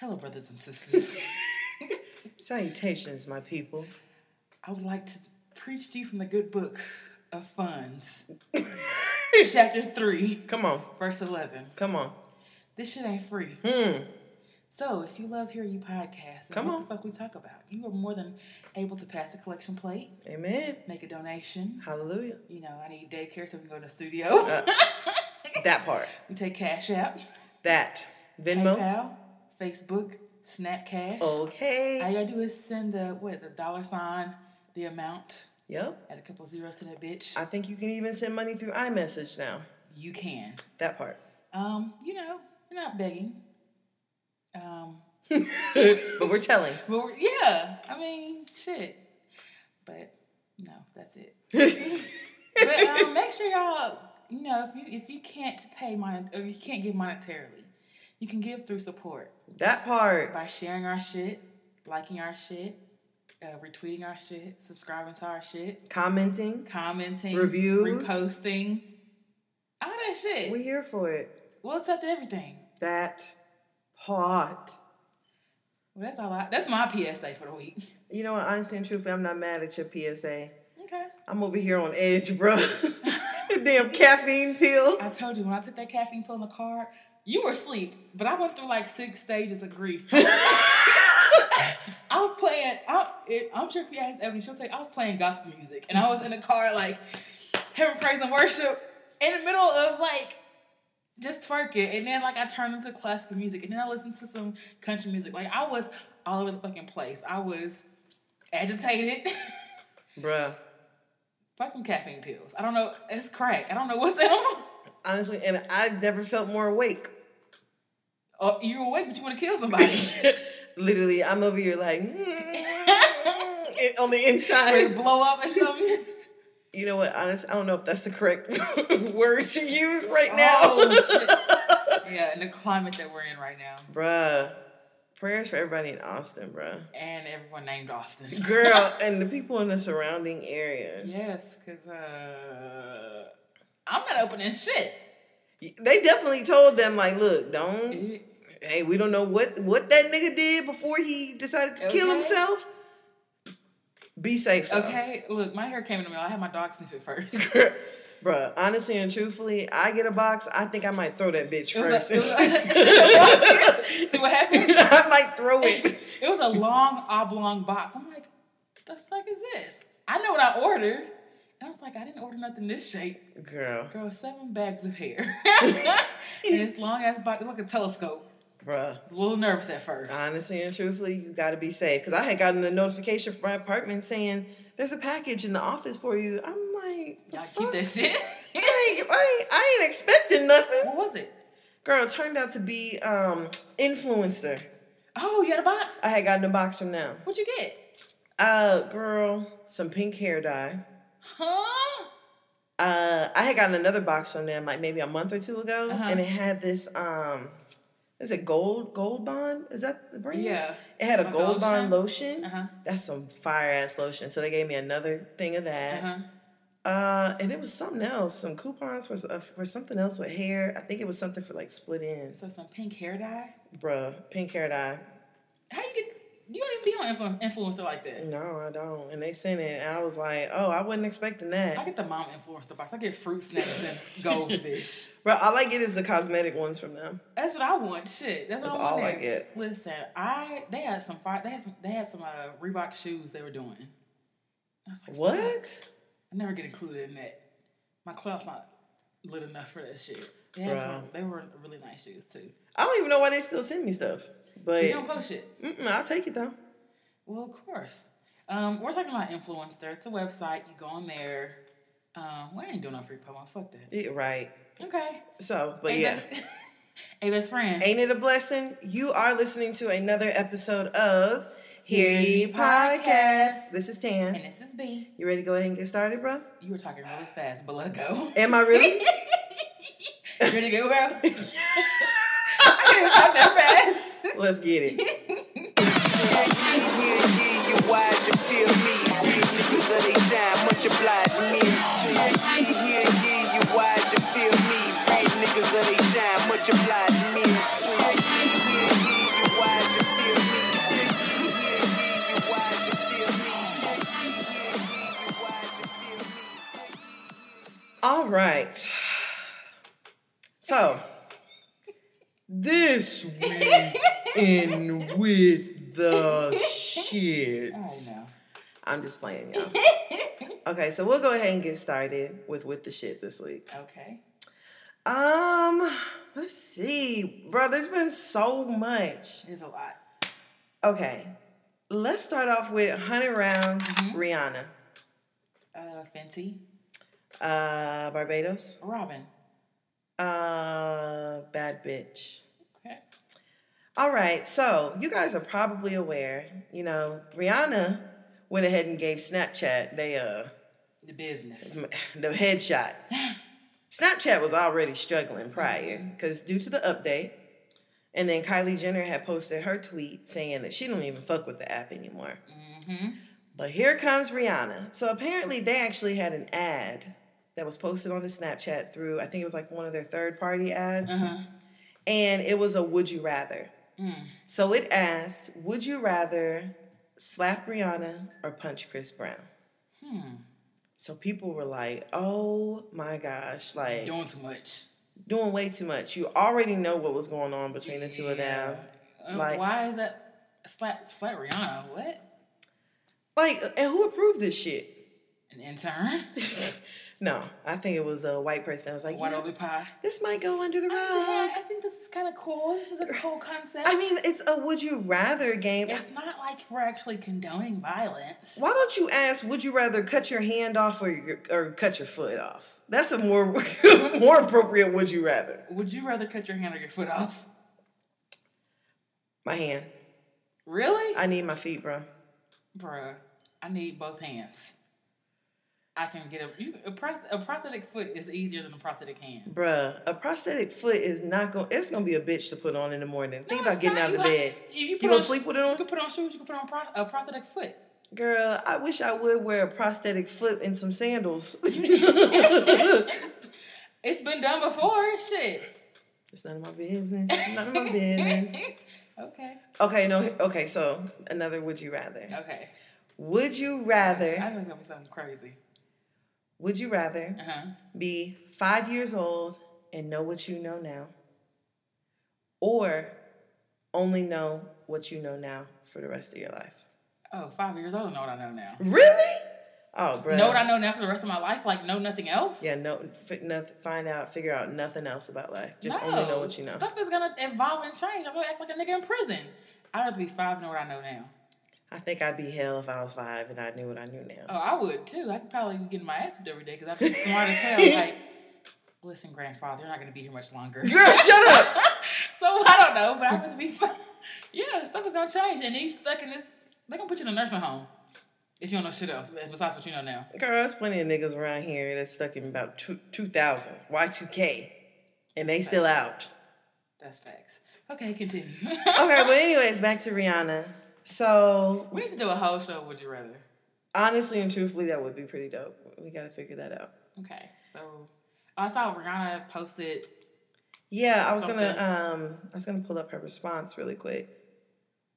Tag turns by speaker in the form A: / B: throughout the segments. A: Hello, brothers and sisters.
B: Salutations, my people.
A: I would like to preach to you from the good book of funds, chapter 3,
B: Come on,
A: verse 11.
B: come on.
A: This shit ain't free.
B: Hmm.
A: So, if you love Hear You podcast, then
B: Come
A: what
B: on.
A: the fuck we talk about? You are more than able to pass the collection plate,
B: Amen.
A: make a donation.
B: Hallelujah.
A: You know, I need daycare so we can go to the studio.
B: Uh, that part.
A: we take Cash App,
B: That. Venmo. Oh.
A: PayPal, Facebook, Snap Cash. All
B: Okay.
A: you gotta do is send the, what is it, dollar sign, the amount,
B: Yep.
A: add a couple zeros to that bitch.
B: I think you can even send money through iMessage now.
A: you can.
B: That part.
A: Um, you know, we're not begging. Um,
B: but we're telling.
A: but we're, yeah, I mean, shit. But no, that's it. But um, make sure y'all, you know, if you if you can't pay mon- or you can't give monetarily, you can give through support
B: that part.
A: by sharing our shit, liking our shit, uh, retweeting our shit, subscribing to our shit,
B: Commenting.
A: commenting,
B: Reviews.
A: reposting, all that shit.
B: We're here for it.
A: we'll accept everything.
B: That part.
A: Well, that's all. I, that's my PSA for the week.
B: You know what? Honestly and truthfully, I'm not mad at your PSA.
A: Okay.
B: I'm over here on edge, bruh. Damn caffeine pill.
A: I told you when I took that caffeine pill in the car, you were asleep, but I went through like six stages of grief. I was playing. I, it, I'm sure if you ask Ebony, she'll tell you I was playing gospel music, and I was in the car like having praise and worship in the middle of like just twerking, and then like I turned into classical music, and then I listened to some country music. Like I was all over the fucking place. I was agitated.
B: Bruh.
A: Fucking caffeine pills. I don't know. It's crack. I don't know what's in them.
B: Honestly, and I've never felt more awake.
A: Oh, you're awake, but you want to kill somebody.
B: Literally, I'm over here like mm, on the
A: Or
B: inside.
A: blow up or something.
B: You know what? Honest, I don't know if that's the correct word to use right now.
A: Oh, shit. yeah, and the climate that we're in right now.
B: Bruh, prayers for everybody in Austin, bruh.
A: And everyone named Austin.
B: Girl, and the people in the surrounding areas.
A: yes, because uh, I'm not opening shit.
B: They definitely told them like, look, don't.
A: It-
B: Hey, we don't know what what that nigga did before he decided to kill
A: Okay.
B: himself. Be safe. though.
A: Okay, look, my hair came in the mail. I had my dog sniff it first. It
B: Bruh, honestly and truthfully, I get a box. I think I might throw that bitch
A: was
B: first.
A: a- it was a- See what happens?
B: I might throw it.
A: It was a long oblong box. I'm like, the fuck is this? I know what I ordered. And I was like, I didn't order nothing this shape.
B: Girl,
A: Girl, seven bags of hair. and this long ass box, it looked like a telescope.
B: bruh.
A: I was a little nervous at first.
B: Honestly and truthfully, you gotta be safe. Cause I had gotten a notification from my apartment saying there's a package in the office for you. I'm like, the
A: Y'all keep
B: fuck?
A: that shit.
B: I ain't, I ain't, I ain't expecting nothing.
A: what was it?
B: Girl, it turned out to be um influencer.
A: Oh, you had a box?
B: I had gotten a box from them.
A: What'd you get?
B: Uh, girl, some pink hair dye.
A: Huh?
B: uh, I had gotten another box from them like maybe a month or two ago,
A: Uh-huh.
B: and it had this um, is it gold gold bond? Is that the brand?
A: Yeah.
B: It had a
A: Like
B: gold
A: lotion?
B: bond lotion.
A: Uh-huh.
B: That's some fire ass lotion. So they gave me another thing of that.
A: Uh-huh.
B: Uh, and it was something else, some coupons for uh, for something else with hair. I think it was something for like split ends.
A: So some pink hair dye.
B: Bruh, pink hair dye.
A: How you get you don't even be on influ- influencer like that.
B: No, I don't. And they sent it, and I was like, oh, I wasn't expecting that.
A: I get the mom influencer box. I get fruit snacks and goldfish.
B: Bro, all I get is the cosmetic ones from them.
A: That's what I want. Shit. That's,
B: That's
A: what I
B: all
A: want.
B: I get.
A: Listen, I they had some fire. They had some. They had some uh, Reebok shoes they were doing. I was like, fuck.
B: What?
A: I never get included in that. My clout's not lit enough for that shit. They, had
B: Bruh.
A: some, they were really nice shoes too.
B: I don't even know why they still send me stuff. But
A: You don't post shit.
B: mm-mm, I'll take it though.
A: Well, of course. Um, we're talking about influencer. It's a website. You go on there. Um, we ain't doing no free promo. Fuck that.
B: Yeah, right.
A: Okay.
B: So, but
A: Hey,
B: yeah.
A: best- hey, best friend.
B: Ain't it a blessing? You are listening to another episode of Hear Ye Podcast. This is
A: And
B: Tan.
A: this is B.
B: You ready to go ahead and get started, bro?
A: You were talking really fast, but let go.
B: Am I really?
A: You ready to go, bro? I can't even talk that fast.
B: Let's get it.
C: Much obliged, me.
B: So this went in with the shit.
A: I know.
B: I'm just playing, y'all. Okay, so we'll go ahead and get started with with the shit this week.
A: Okay.
B: Um, let's see, bro. There's been so much.
A: There's a lot.
B: Okay, let's start off with hundred rounds. Rihanna,
A: Uh, Fenty,
B: uh, Barbados,
A: Robin.
B: uh, bad bitch.
A: Okay.
B: All right, so you guys are probably aware, you know, Rihanna went ahead and gave Snapchat they uh
A: The business.
B: the headshot. Snapchat was already struggling prior because due to the update, and then Kylie Jenner had posted her tweet saying that she don't even fuck with the app anymore.
A: Mm-hmm.
B: But here comes Rihanna. So apparently they actually had an ad that was posted on the Snapchat through I think it was like one of their third party ads,
A: Uh-huh.
B: and it was a would you rather.
A: Mm.
B: So it asked, would you rather slap Rihanna or punch Chris Brown?
A: Hmm.
B: So people were like, oh my gosh, like
A: Doing too much.
B: doing way too much. You already know what was going on between the two of them.
A: Yeah. Uh,
B: Like-
A: why is that slap slap Rihanna? What?
B: Like, uh, and who approved this shit?
A: An intern?
B: no, I think it was a white person that was like, you
A: One
B: know,
A: ugly pie.
B: this might go under the rug.
A: I think this is kind of cool. This is a cool concept.
B: I mean, it's a would you rather game.
A: it's not like we're actually condoning violence.
B: Why don't you ask, would you rather cut your hand off or, your, or cut your foot off? That's a more more appropriate would you rather.
A: Would you rather cut your hand or your foot off?
B: My hand.
A: Really?
B: I need my feet, bro.
A: Bruh, I need both hands. I can get a you, a, pros- a prosthetic foot is easier than a prosthetic hand.
B: Bruh, a prosthetic foot is not going. to It's gonna be a bitch to put on in the morning. Think about getting out of the bed.
A: If you, put
B: You gonna
A: on-
B: sleep with
A: You
B: it on,
A: can put on shoes. You can put on pro- a prosthetic foot.
B: girl? I wish I would wear a prosthetic foot and some sandals.
A: It's been done before. Shit.
B: it's none of my business. None of my business.
A: okay.
B: Okay, no. Okay, so another. Would you rather?
A: Okay.
B: Would you
A: I
B: rather?
A: know it's gonna be something crazy.
B: Would you rather
A: Uh huh.
B: be five years old and know what you know now, or only know what you know now for the rest of your life?
A: Oh, five years old. Know what I know now.
B: Really? Oh, bro.
A: Know what I know now for the rest of my life. Like know nothing else.
B: Yeah, no, fi- noth- find out, figure out nothing else about life. Just only know what you know.
A: Stuff is gonna evolve and change. I'm gonna act like a nigga in prison. I'd have to be five. Know what I know now.
B: I think I'd be hell if I was five and I knew what I knew now.
A: Oh, I would too. I'd probably be getting my ass whipped every day because I'd be smart as hell. Like, listen, grandfather, you're not gonna be here much longer.
B: Girl, shut up!
A: So I don't know, but I'm gonna be fine. Yeah, stuff is gonna change, and then you stuck in this. They're gonna put you in a nursing home if you don't know shit else besides what you know now.
B: Girl, there's plenty of niggas around here that's stuck in about two, 2000, Y2K, and they still out.
A: That's facts. Okay, continue.
B: Okay, but anyways, back to Rihanna. So,
A: we need to do a whole show. Would you rather?
B: honestly and truthfully, that would be pretty dope. We gotta figure that out.
A: Okay, so I saw Rihanna posted.
B: Yeah, I was
A: Something.
B: gonna um I was gonna pull up her response really quick.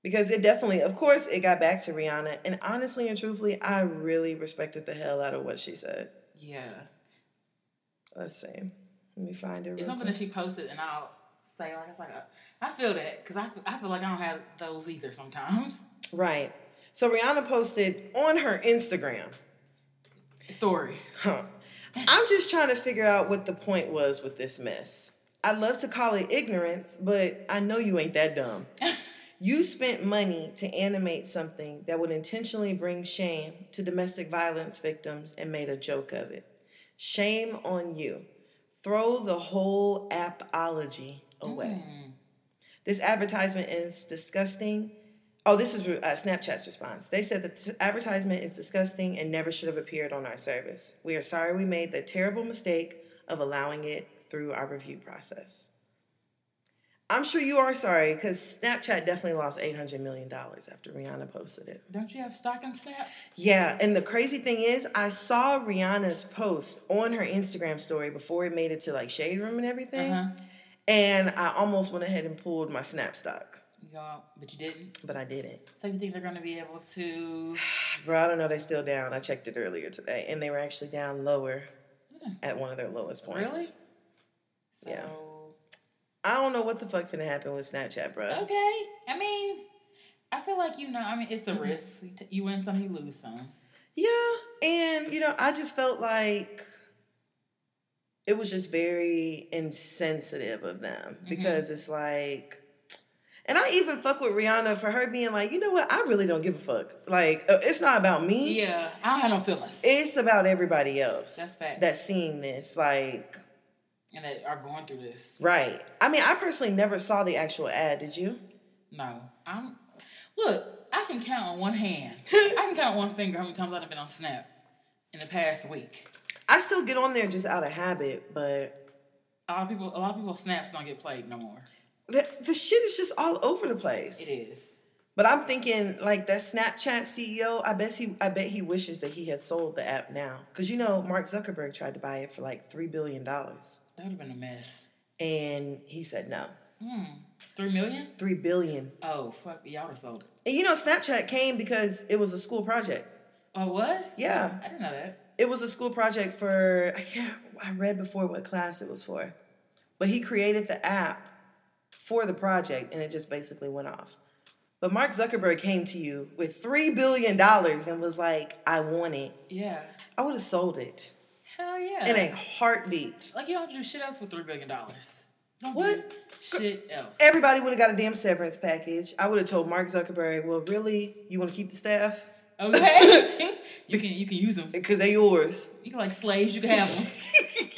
B: Because it definitely of course it got back to Rihanna and honestly and truthfully I really respected the hell out of what she said.
A: Yeah,
B: Let's see. Let me find her.
A: it's
B: Real
A: something
B: quick.
A: that she posted, and I'll say like it's like a, I feel that because I feel, I feel like I don't have those either sometimes.
B: Right. So Rihanna posted on her Instagram.
A: Story.
B: Huh. I'm just trying to figure out what the point was with this mess. I love to call it ignorance, but I know you ain't that dumb. You spent money to animate something that would intentionally bring shame to domestic violence victims and made a joke of it. Shame on you. Throw the whole apology away.
A: Mm.
B: This advertisement is disgusting. Oh, this is uh, Snapchat's response. They said that the advertisement is disgusting and never should have appeared on our service. We are sorry we made the terrible mistake of allowing it through our review process. I'm sure you are sorry because Snapchat definitely lost $800 million after Rihanna posted it.
A: Don't you have stock in Snap?
B: Yeah, and the crazy thing is, I saw Rihanna's post on her Instagram story before it made it to like Shade Room and everything,
A: Uh-huh.
B: and I almost went ahead and pulled my Snap stock,
A: You know, but you didn't.
B: but I didn't.
A: So you think they're gonna be able to?
B: Bro, I don't know. They're still down. I checked it earlier today,
A: Hmm.
B: and they were actually down lower at one of their lowest points.
A: Really? So
B: Yeah. I don't know what the fuck finna happen with Snapchat, bro.
A: Okay. I mean, I feel like you know. I mean,
B: Mm-hmm.
A: it's a risk. You t- You win some, you lose some.
B: Yeah, and you know, I just felt like it was just very insensitive of them
A: Mm-hmm.
B: because it's like, and I even fuck with Rihanna for her being like, you know what, I really don't give a fuck. Like, uh, it's not about me.
A: Yeah, I don't have no feelings,
B: It's about everybody else
A: That's facts.
B: that's seeing this. Like,
A: and they are going through this.
B: right. I mean, I personally never saw the actual ad, did you?
A: No, I'm. Look, I can count on one hand. I can count on one finger how many times I've been on Snap in the past week.
B: I still get on there just out of habit, but
A: A lot of people, a lot of people, snaps don't get played no more.
B: the, the shit is just all over the place.
A: It is.
B: But I'm thinking like that Snapchat CEO. I bet he. I bet he wishes that he had sold the app now, because you know Mark Zuckerberg tried to buy it for like three billion dollars,
A: That would have been a mess.
B: and he said no.
A: Hmm. Three million?
B: Three billion.
A: Oh fuck! Y'all have sold it.
B: And you know Snapchat came because it was a school project.
A: Oh, it was?
B: Yeah.
A: I didn't know that.
B: It was a school project for. I can't. I read before what class it was for, but he created the app for the project, and it just basically went off. But Mark Zuckerberg came to you with three billion dollars and was like, "I want it."
A: Yeah.
B: I would have sold it.
A: Hell yeah.
B: in a heartbeat.
A: Like you don't have to do shit else for three billion dollars.
B: What?
A: Shit else.
B: Everybody would have got a damn severance package. I would have told Mark Zuckerberg, well, really, you want to keep the staff?
A: Okay. you can you can use them.
B: Because they're yours.
A: You can like slaves. You can have them.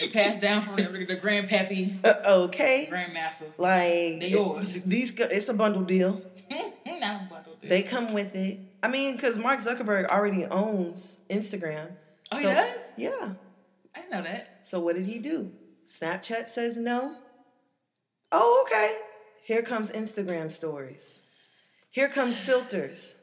A: They pass down from the, the grandpappy,
B: Uh, okay.
A: grandmaster.
B: Like,
A: They yours.
B: th- these, go- it's a bundle deal.
A: Now I'm about to do-
B: They come with it. I mean, because Mark Zuckerberg already owns Instagram.
A: oh, he
B: So-
A: does?
B: Yeah.
A: I didn't know that.
B: So what did he do? Snapchat says no. Oh, okay. Here comes Instagram stories. Here comes filters.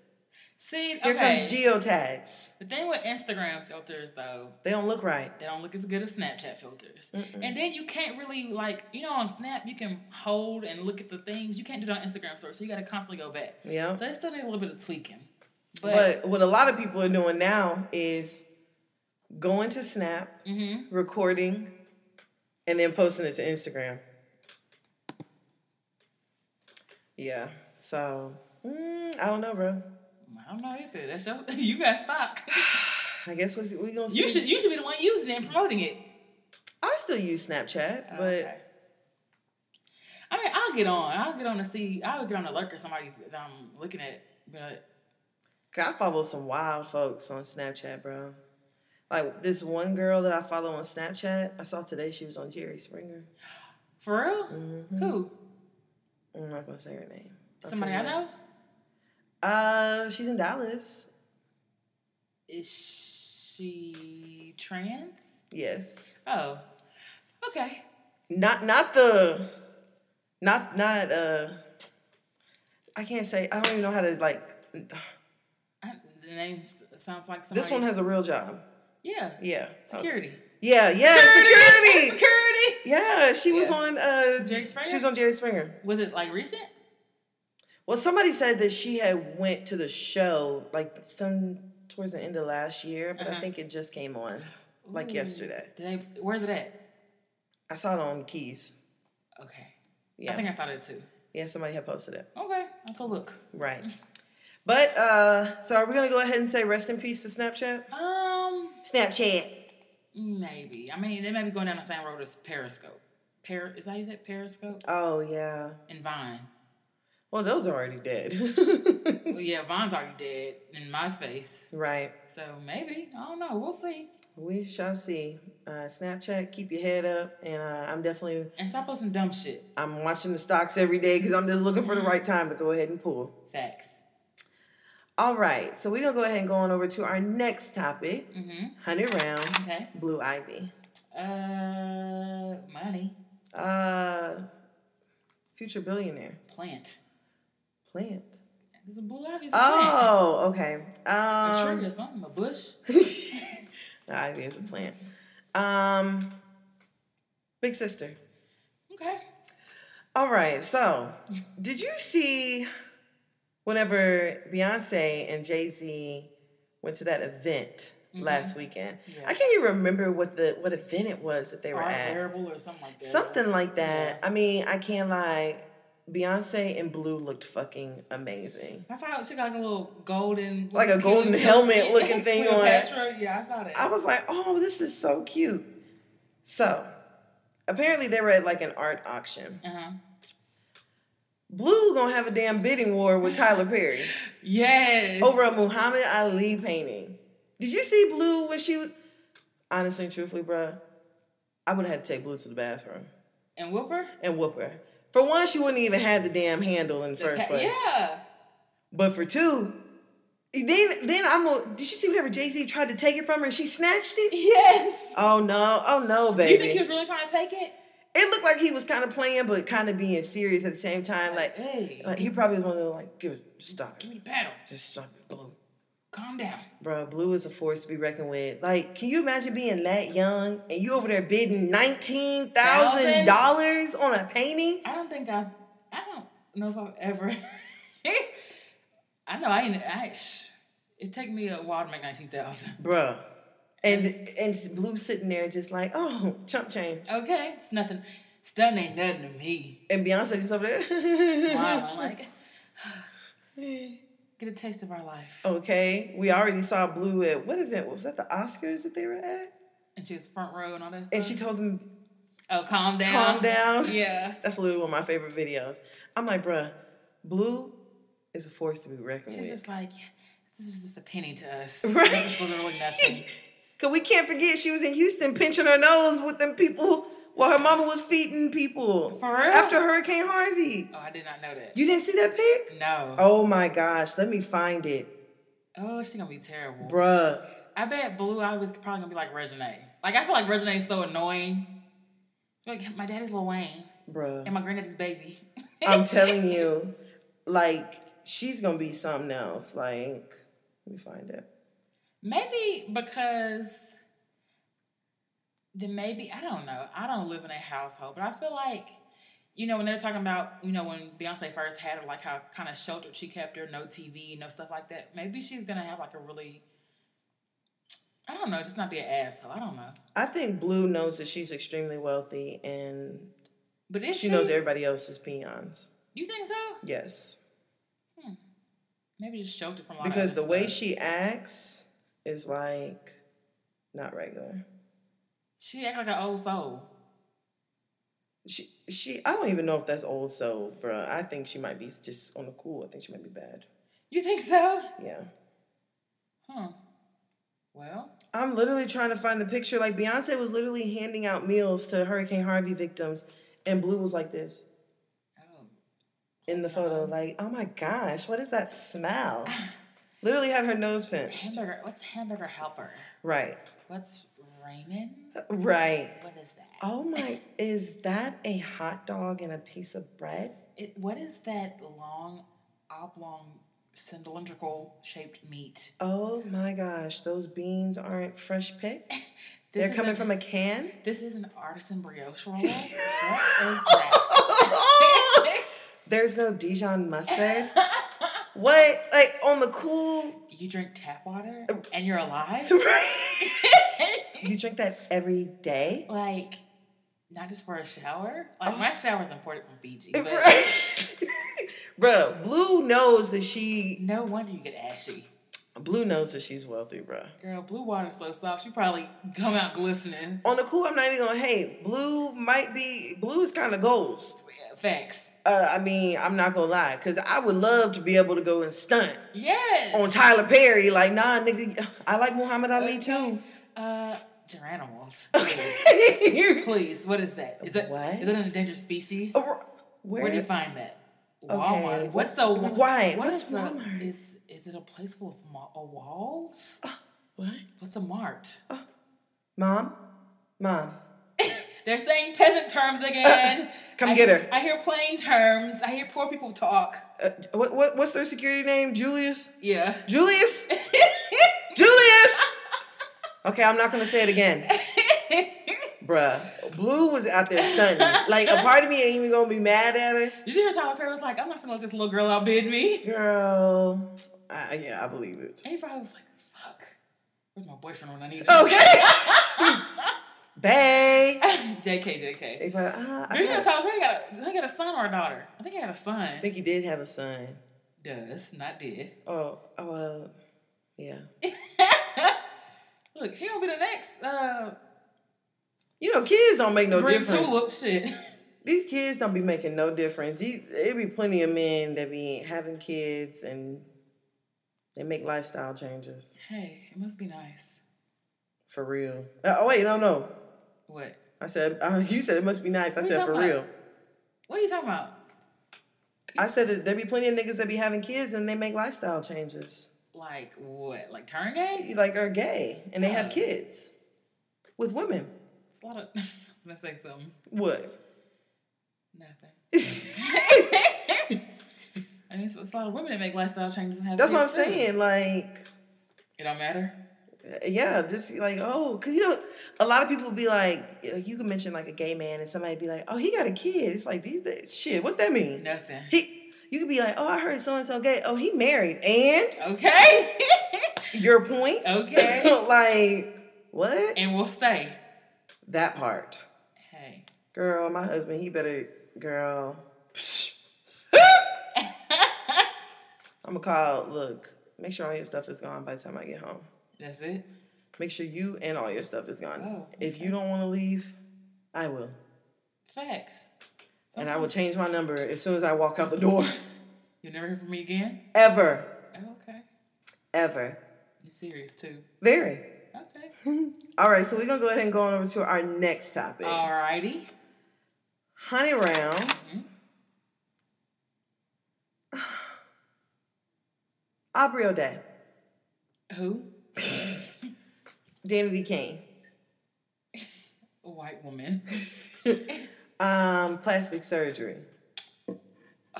A: See, okay.
B: Here comes geotags.
A: the thing with Instagram filters though,
B: They don't look right.
A: they don't look as good as Snapchat filters.
B: Mm-mm.
A: And then you can't really like you know on Snap you can hold and look at the things you can't do that on Instagram stories, so you got to constantly go back.
B: Yeah.
A: So they still need a little bit of tweaking. But,
B: But, what a lot of people are doing now is going to Snap,
A: hmm
B: recording, and then posting it to Instagram. Yeah. So mm, I don't know, bro.
A: I don't know either. That's just you got stock.
B: I guess we we gonna see.
A: You should you should be the one using it and promoting it.
B: I still use Snapchat, but
A: Oh, Okay. I mean, I'll get on. I'll get on to see. I'll get on the lurker. Somebody's um looking at, but
B: 'cause I follow some wild folks on Snapchat, bro. Like this one girl that I follow on Snapchat, I saw today she was on Jerry Springer. Mm-hmm.
A: for real, who?
B: I'm not gonna say her name. I'll
A: Somebody
B: tell
A: I
B: you
A: know.
B: that. Uh, she's in Dallas.
A: Is she trans?
B: Yes.
A: Oh, okay.
B: not not the not not uh i can't say i don't even know how to like
A: I, the name s- sounds like somebody.
B: this one has a real job
A: yeah
B: yeah So-
A: security.
B: yeah yeah security,
A: Security.
B: yeah she was
A: Yeah.
B: on uh
A: Jerry Springer?
B: she was on jerry springer
A: Was it like recent?
B: well somebody said that she had went to the show like some towards the end of last year but i
A: Uh-huh.
B: think it just came on like
A: Ooh.
B: yesterday
A: Did they? Where's it at?
B: i saw it on the keys
A: Okay.
B: yeah
A: I think I saw that too.
B: yeah somebody had posted it
A: Okay, I'll go look.
B: right but uh so are we gonna go ahead and say rest in peace to snapchat
A: Um,
B: snapchat
A: maybe. I mean, they may be going down the same road as Periscope. Per is that how you said Periscope
B: Oh yeah.
A: and Vine?
B: Well, those are already dead.
A: well, yeah, Vine's already dead in MySpace,
B: right.
A: so maybe I don't know. We'll see.
B: We shall see. Uh, Snapchat, keep your head up, and uh, I'm definitely
A: And stop posting dumb shit.
B: I'm watching the stocks every day because I'm just looking for the right time to go ahead and pull.
A: Facts.
B: All right, so we're gonna go ahead and go on over to our next topic:
A: Mm-hmm.
B: hundred round
A: Okay.
B: blue ivy.
A: Uh, money
B: Uh, future billionaire
A: plant.
B: plant.
A: It's a blue ivy. It's a plant.
B: Oh, okay.
A: A
B: Um,
A: tree or something, a bush.
B: the ivy is a plant. Um, big sister.
A: Okay.
B: All right. So, did you see whenever Beyonce and Jay Z went to that event
A: Mhm.
B: last weekend.
A: Yeah.
B: I can't even remember what the what event it was that they were
A: Art
B: at.
A: Variable or something like that.
B: Something like that. I mean, I can't lie. Beyonce and Blue looked fucking amazing.
A: I saw she got like a little golden,
B: Like a
A: cute
B: golden
A: little-
B: helmet looking thing on.
A: Cleopatra. Yeah, I saw that.
B: I was like, oh, this is so cute. So, apparently they were at like an art auction.
A: uh-huh.
B: Blue gonna have a damn bidding war with Tyler Perry
A: Yes.
B: over a Muhammad Ali painting. Did you see Blue when she was? Honestly, and truthfully, bruh, I would have had to take Blue to the bathroom
A: and Whooper.
B: and whoop her. For one, she wouldn't even have the damn handle in the first place.
A: Yeah.
B: But for two, then then I'm. A, did you see whenever Jay Z tried to take it from her and she snatched it?
A: Yes.
B: Oh no! Oh no, baby!
A: You think he was really trying to take it?
B: it looked like he was kind of playing, but kind of being serious at the same time. Like,
A: hey,
B: like he probably was one of those, like, "Give it, just stop
A: give
B: it,
A: me the paddle.
B: just stop it, Blue."
A: Calm down.
B: Bro, Blue is a force to be reckoned with. Like, can you imagine being that young and you over there bidding nineteen thousand dollars on a painting?
A: I don't think I've. I don't know if I've ever. I know I ain't. I, sh- it take me a while to make nineteen thousand.
B: Bruh. And and Blue sitting there just like, oh, chump change.
A: Okay, it's nothing. Stunning ain't nothing to me.
B: And Beyonce just over
A: Wow, I'm
B: there.
A: like, get a taste of our life.
B: Oh. okay. We already saw Blue at what event? Was that the Oscars that they were at?
A: And she was front row and all that stuff.
B: And she told them,
A: oh, calm down.
B: calm down.
A: Yeah.
B: That's literally one of my favorite videos. I'm like, bruh, Blue is a force to be reckoned
A: She's
B: with.
A: just like, yeah, this is just a penny to us.
B: Right.
A: This was really nothing.
B: Cause we can't forget she was in Houston pinching her nose with them people while her mama was feeding people.
A: For real?
B: After Hurricane Harvey.
A: Oh, I did not know that.
B: You didn't see that pic?
A: no. Oh.
B: Oh my gosh, let me find it.
A: she's gonna be terrible.
B: Bruh.
A: I bet Blue I was probably gonna be like Regine. Like I feel like Regine is so annoying. Like my daddy's Lil Wayne
B: Bruh.
A: and my granddaddy's baby.
B: I'm telling you, like, she's gonna be something else. Like, let me find it.
A: Maybe because then maybe I don't know. I don't live in a household, but I feel like you know when they're talking about you know when Beyonce first had her, like how kind of sheltered she kept her, no TV, no stuff like that. Maybe she's gonna have like a really I don't know, just not be an asshole. I don't know,
B: I think Blue knows that she's extremely wealthy and
A: but is
B: she knows everybody else's peons.
A: You think so?
B: Yes.
A: Maybe just sheltered from a lot of
B: Because
A: other
B: the way
A: stuff.
B: she acts is like not regular.
A: She act like an old soul.
B: She, she, I don't even know if that's old soul, bruh. I think she might be just on the cool. I think she might be bad.
A: You think so?
B: Yeah.
A: Huh. Well,
B: I'm literally trying to find the picture. Like Beyonce was literally handing out meals to Hurricane Harvey victims, and Blue was like this
A: oh,
B: in the photo. Like, oh my gosh, what is that smell? literally had her nose pinched.
A: hamburger. What's hamburger helper?
B: Right,
A: What's
B: Uh,
A: Raymond?
B: right.
A: What is that?
B: Oh my, is that a hot dog and a piece of bread?
A: It, what is that long, oblong, cylindrical shaped meat?
B: Oh my gosh, those beans aren't fresh picked.
A: This
B: They're
A: is
B: coming
A: an-
B: from a can.
A: This is an artisan brioche roll. what is that?
B: There's no Dijon mustard. What? Like on the cool.
A: you drink tap water
B: Uh,
A: and you're alive?
B: you drink that every day?
A: like, not just for a shower. Like my shower's imported from Fiji. But
B: Uh, Right. Bruh, Blue knows that she.
A: No wonder you get ashy.
B: Blue knows that she's wealthy, bruh.
A: Girl, blue water's so soft, she probably come out glistening.
B: On the cool, I'm not even gonna hate. Blue might be. Blue is kind of goals.
A: Yeah, Facts.
B: Uh, I mean, I'm not gonna lie, because I would love to be able to go and stunt
A: Yes.
B: on Tyler Perry. Like, nah, nigga, I like Muhammad Ali too.
A: Uh, geranimals. Please.
B: Okay.
A: Please, what is that? Is that
B: What?
A: is that an endangered species?
B: Oh, Where?
A: Where do you find that? Walmart. What's a wa-
B: Right,
A: What
B: what's
A: is
B: Walmart? Oh.
A: A, is is it a place full of ma- uh, walls?
B: What?
A: What's a mart?
B: Oh. Mom? Mom.
A: They're saying peasant terms again.
B: Come
A: I
B: get
A: hear-
B: her.
A: I hear plain terms. I hear poor people talk.
B: Uh, what, what? What's their security name? Julius?
A: Yeah.
B: Julius? Julius! Okay, I'm not gonna say it again. Bruh, Blue was out there stunting. Like, a part of me ain't even gonna be mad at her.
A: Did you hear Tyler Perry was like, I'm not gonna let this little girl outbid me?
B: Girl. I, yeah, I believe it.
A: And he probably was like, fuck. Where's my boyfriend when I need him?
B: Oh. Okay. Bae.
A: JK, JK.
B: Hey, bro, uh, I,
A: Did he
B: think
A: got
B: I
A: a Tyler Perry? Got a, did he got a son or a daughter? I think he had a son.
B: think he did have a son.
A: Does not did.
B: Oh, oh, well, yeah.
A: Look, he gonna be the next uh,
B: You know, kids don't make no
A: Brim
B: difference.
A: Tulip shit.
B: These kids don't be making no difference. These, it be plenty of men that be having kids and they make lifestyle changes
A: Hey, it must be nice.
B: for real. Uh, oh wait, no, no.
A: What?
B: I said uh, you said it must be nice. I
A: What you
B: said for
A: talking
B: real.
A: about? What are you talking about?
B: I said that there be plenty of niggas that be having kids and they make lifestyle changes.
A: Like what? Like turn gay?
B: You, Like are gay and they have
A: Yeah.
B: kids with women.
A: It's a lot of. I'm gonna say something.
B: What?
A: Nothing. I mean, it's, it's a lot of women that make lifestyle changes and have.
B: That's what I'm
A: kids, too.
B: saying. Like.
A: It don't matter.
B: yeah, just like oh, because you know, a lot of people be like, like you can mention like a gay man, and somebody be like, oh, he got a kid. It's like these days, shit. What that mean?
A: Nothing.
B: He, you could be like, oh, I heard so and so gay. Oh, he married, and
A: Okay.
B: your point.
A: Okay.
B: like what?
A: and we'll stay.
B: that part,
A: Hey.
B: girl. My husband, he better, girl. I'm gonna call. Look, make sure all your stuff is gone by the time I get home.
A: That's it.
B: Make sure you and all your stuff is gone.
A: Oh,
B: If you don't want to leave, I will.
A: Facts.
B: And I will change my number as soon as I walk out the door.
A: You'll never hear from me again.
B: ever.
A: Oh, okay.
B: Ever.
A: You're serious too.
B: Very.
A: Okay.
B: All right, so we're going to go ahead and go on over to our next topic
A: Uh, Alrighty.
B: Honey
A: mm-hmm.
B: Rounds. Aubrey O'Day,
A: Who?
B: Danny D. Kane,
A: A white woman.
B: um, plastic surgery.
A: Oh,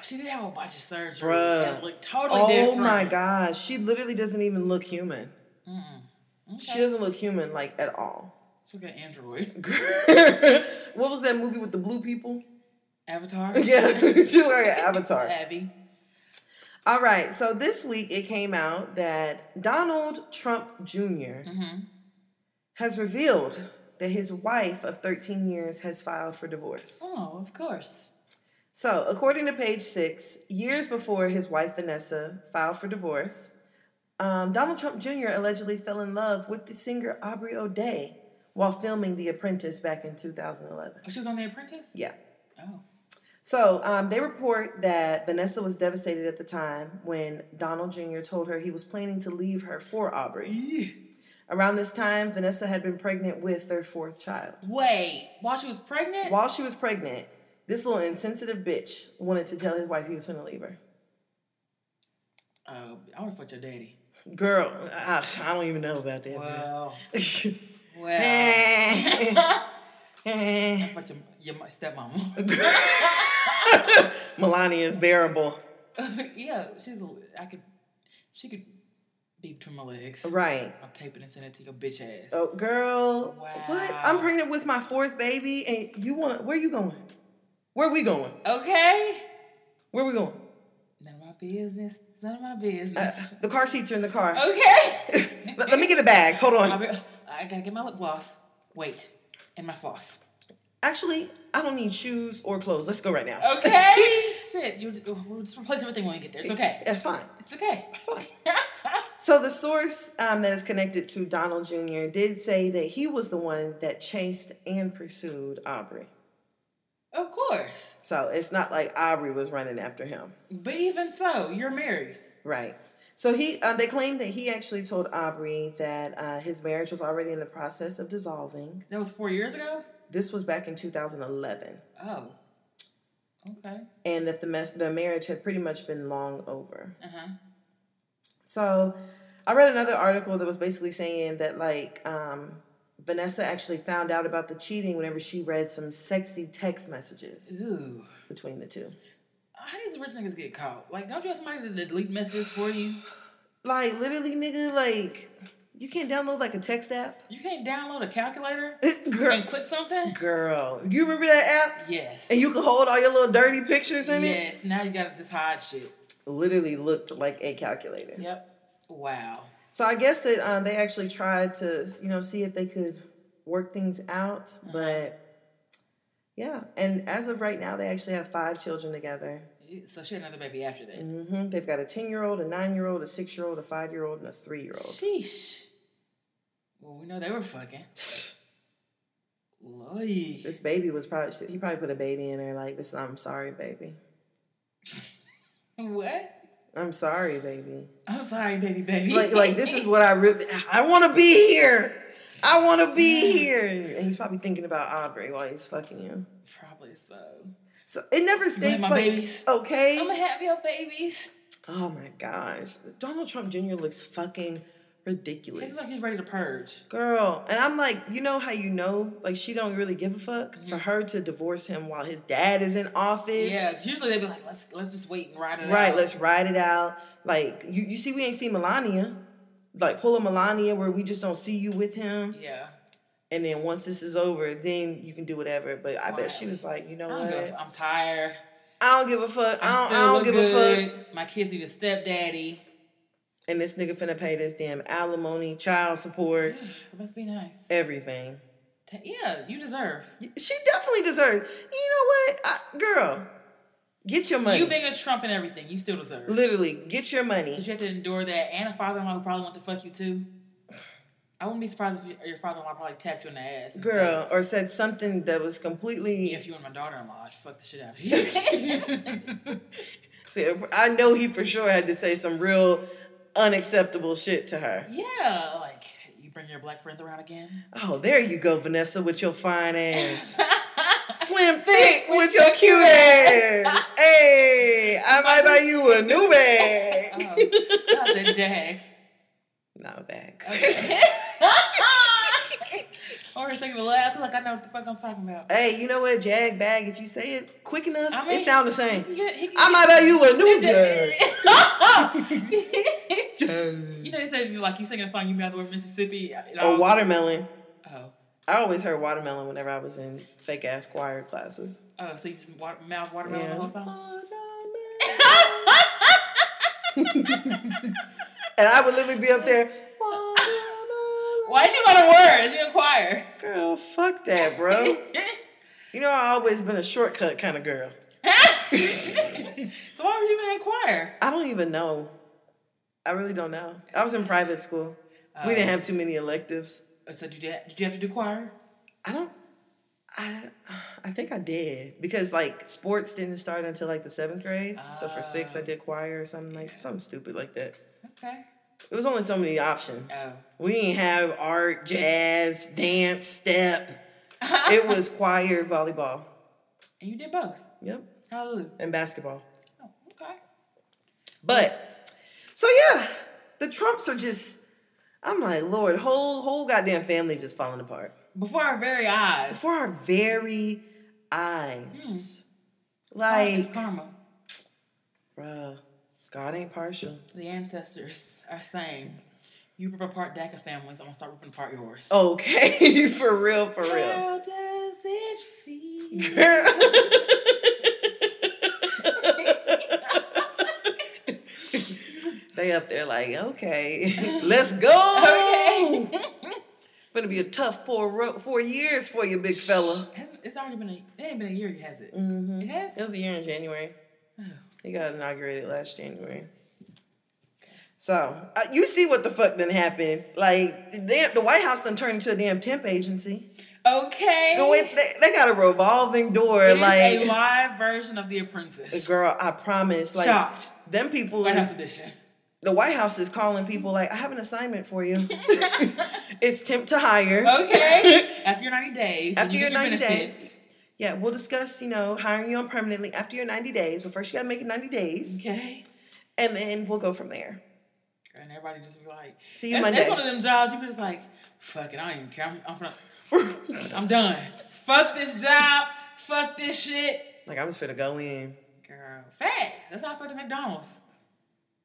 A: she did have a bunch of surgery.
B: Bruh.
A: That looked totally
B: Oh
A: different.
B: my gosh, she literally doesn't even look human. She
A: Okay.
B: doesn't look human like at all.
A: She's like an android.
B: what was that movie with the blue people?
A: Avatar.
B: Yeah, she's like an avatar.
A: Abby.
B: All right, so this week it came out that Donald Trump junior
A: Mm-hmm.
B: has revealed that his wife of 13 years has filed for divorce.
A: Oh, of course.
B: So, according to page six, years before his wife Vanessa filed for divorce, um, Donald Trump Jr. allegedly fell in love with the singer Aubrey O'Day while filming The Apprentice back in 2011.
A: Oh, she was on The Apprentice.
B: Yeah.
A: Oh.
B: So um, they report that Vanessa was devastated at the time when Donald Jr. told her he was planning to leave her for Aubrey. Around this time, Vanessa had been pregnant with their fourth child.
A: Wait. While she was pregnant.
B: While she was pregnant, this little insensitive bitch wanted to tell his wife he was going to leave her.
A: Oh, I would have fucked your daddy.
B: Girl, I, I don't even know about that. man.
A: Well. Well. I fucked your, your mo- stepmama.
B: Melania is bearable.
A: yeah, she's a. I could. She could be between my legs.
B: Right.
A: I'm taping and sending it to your bitch ass.
B: Oh, girl.
A: Wow.
B: What? I'm pregnant with my fourth baby, and you want to? Where you going? Where we going?
A: Okay.
B: Where we going?
A: None of my business. It's none of my
B: Uh,
A: business.
B: the car seats are in the car.
A: okay.
B: Let- Let me get a bag. Hold
A: I'll
B: on.
A: be- I gotta get my lip gloss. Wait, and my floss.
B: Actually, I don't need shoes or clothes. Let's go right now.
A: Okay. Shit. You. We'll just replace everything when we get there. It's okay.
B: That's fine.
A: It's okay.
B: Fine. So the source um, that is connected to Donald Jr. did say that he was the one that chased and pursued Aubrey.
A: of course.
B: So it's not like Aubrey was running after him.
A: But even so, you're married.
B: Right. So he, uh, they claimed that he actually told Aubrey that uh, his marriage was already in the process of dissolving.
A: That was four years ago.
B: This was back in 2011,
A: Oh. Okay.
B: and that the mess, the marriage had pretty much been long over.
A: Uh huh.
B: So I read another article that was basically saying that like um, Vanessa actually found out about the cheating whenever she read some sexy text messages
A: Ooh.
B: between the two.
A: How these rich niggas get caught? Like, don't you have somebody to delete messages for you?
B: Like literally, nigga, like you can't download like a text app,
A: You can't download a calculator
B: girl.
A: and click something.
B: Girl, you remember that app?
A: Yes.
B: And you could hold all your little dirty pictures in it.
A: Yes. Now you gotta just hide shit.
B: Literally looked like a calculator.
A: Yep. Wow.
B: So I guess that um, they actually tried to, you know, see if they could work things out, but yeah. And as of right now, they actually have five children together.
A: So she had another baby after that.
B: hmm They've got a ten-year-old, a nine-year-old, a six-year-old, a five-year-old, and a three-year-old.
A: Sheesh. Well, we know they were fucking. Loy.
B: This baby was probably he probably put a baby in there like this. I'm sorry, baby.
A: What?
B: I'm sorry, baby.
A: I'm sorry, baby, baby.
B: Like like this is what I really I want to be here. I want to be here. And he's probably thinking about Aubrey while he's fucking you.
A: Probably so.
B: So it never states
A: my Oh
B: like
A: babies.
B: okay.
A: I'm gonna have your babies.
B: oh my gosh, Donald Trump Jr. looks fucking ridiculous.
A: It's like he's ready to purge.
B: Girl, and I'm like, you know how you know, like she don't really give a fuck for her to divorce him while his dad is in office.
A: Yeah, 'cause usually they be like, let's let's just wait and ride it out.
B: Right, let's ride it out. Like you, you see, we ain't seen Melania. Like pull a Melania where we just don't see you with him.
A: Yeah.
B: And then once this is over, then you can do whatever. But I bet she was like, you know
A: I don't
B: what?
A: give a- I'm tired.
B: I don't give a fuck.
A: I
B: I don't,
A: still
B: I don't
A: look
B: give a
A: good.
B: fuck.
A: My kids need a stepdaddy.
B: And this nigga finna pay this damn alimony, child support,
A: it must be nice.
B: everything.
A: Ta- Yeah, you deserve.
B: She definitely deserves. You know what, I, girl? Get your money.
A: You being a Trump and everything, you still deserve.
B: Literally, get your
A: Did
B: money.
A: you have to endure that? And a father-in-law who probably want to fuck you too. I wouldn't be surprised if your- your father-in-law probably tapped you in the ass. and
B: Girl, or said something that was completely
A: said, if you were my daughter-in-law, I'd fuck the shit out of you.
B: See, uh, I know he for sure had to say some real unacceptable shit to her.
A: yeah, like you bring your black friends around again.
B: Oh, there you go, Vanessa, with your fine ass. Slim thick with your cute ass. Hey, I might buy you a new
A: Oh,
B: bag.
A: I said jag.
B: Not a bag.
A: Okay. or it's like the last. Like I know what the fuck I'm talking about.
B: Hey, you know what? Jag bag, if you say it quick enough,
A: I mean,
B: it sound the
A: He
B: same.
A: can get- he can
B: I
A: get-
B: might buy you a new jag.
A: you
B: Jag.
A: know, they said like you singing a song, you mouth the word Mississippi. It
B: Or
A: all-
B: watermelon.
A: Oh,
B: I always heard watermelon whenever I was in fake ass choir classes.
A: oh, so you just water, mouth watermelon the
B: Yeah.
A: whole time.
B: and I would literally be up there.
A: Why did you go to words? You in choir.
B: Girl, fuck that, bro. You know I always been a shortcut kind of girl.
A: so why were you even in choir?
B: I don't even know. I really don't know. I was in private school. We didn't have too many electives.
A: Oh, So did you did you have to do choir?
B: I don't. I I think I did because like sports didn't start until like the seventh grade. so for sixth, I did choir or something like something stupid like that.
A: Okay.
B: It was only so many options.
A: Oh.
B: We didn't have art, jazz, dance, step. It was choir, volleyball.
A: And you did both.
B: Yep.
A: Hallelujah.
B: And basketball.
A: Oh, okay.
B: But so yeah, the Trumps are just I'm like, Lord, whole whole goddamn family just falling apart.
A: Before our very eyes.
B: Before our very eyes. Like
A: It's karma.
B: bruh, God ain't partial.
A: The ancestors are saying, "You rip apart DACA families. I'm gonna start ripping apart yours."
B: Okay, for real, Oh, for real.
A: How does it feel?
B: Girl. they up there like, okay, let's go. Gonna be a tough four ro- four years for you, big fella.
A: Hasn't- It's already been a. It ain't been a year, yet, has it?
B: Mm-hmm.
A: It has.
B: It was a year in January.
A: Oh.
B: He got inaugurated last January. So uh, you see what the fuck done happened? Like damn, the White House done turned into a damn temp agency.
A: Okay.
B: The way they, they got a revolving door,
A: It is a
B: like uh,
A: live version of The Apprentice.
B: girl, I promise, like
A: Shocked.
B: them people.
A: White House
B: is-
A: edition.
B: the White House is calling people like, I have an assignment for you. it's temp to hire.
A: Okay. After your 90 days.
B: after
A: you
B: your
A: get
B: 90
A: benefits.
B: days. Yeah, we'll discuss, you know, hiring you on permanently after your 90 days, but first you gotta make it 90 days,
A: Okay.
B: and then we'll go from there.
A: And everybody just be like,
B: See
A: that's,
B: you Monday.
A: that's one of them jobs you be just like, fuck it, I don't even care. I'm, I'm, from, I'm done. fuck this job. Fuck this shit.
B: like, I was finna go in.
A: Girl, facts. That's how I felt at McDonald's.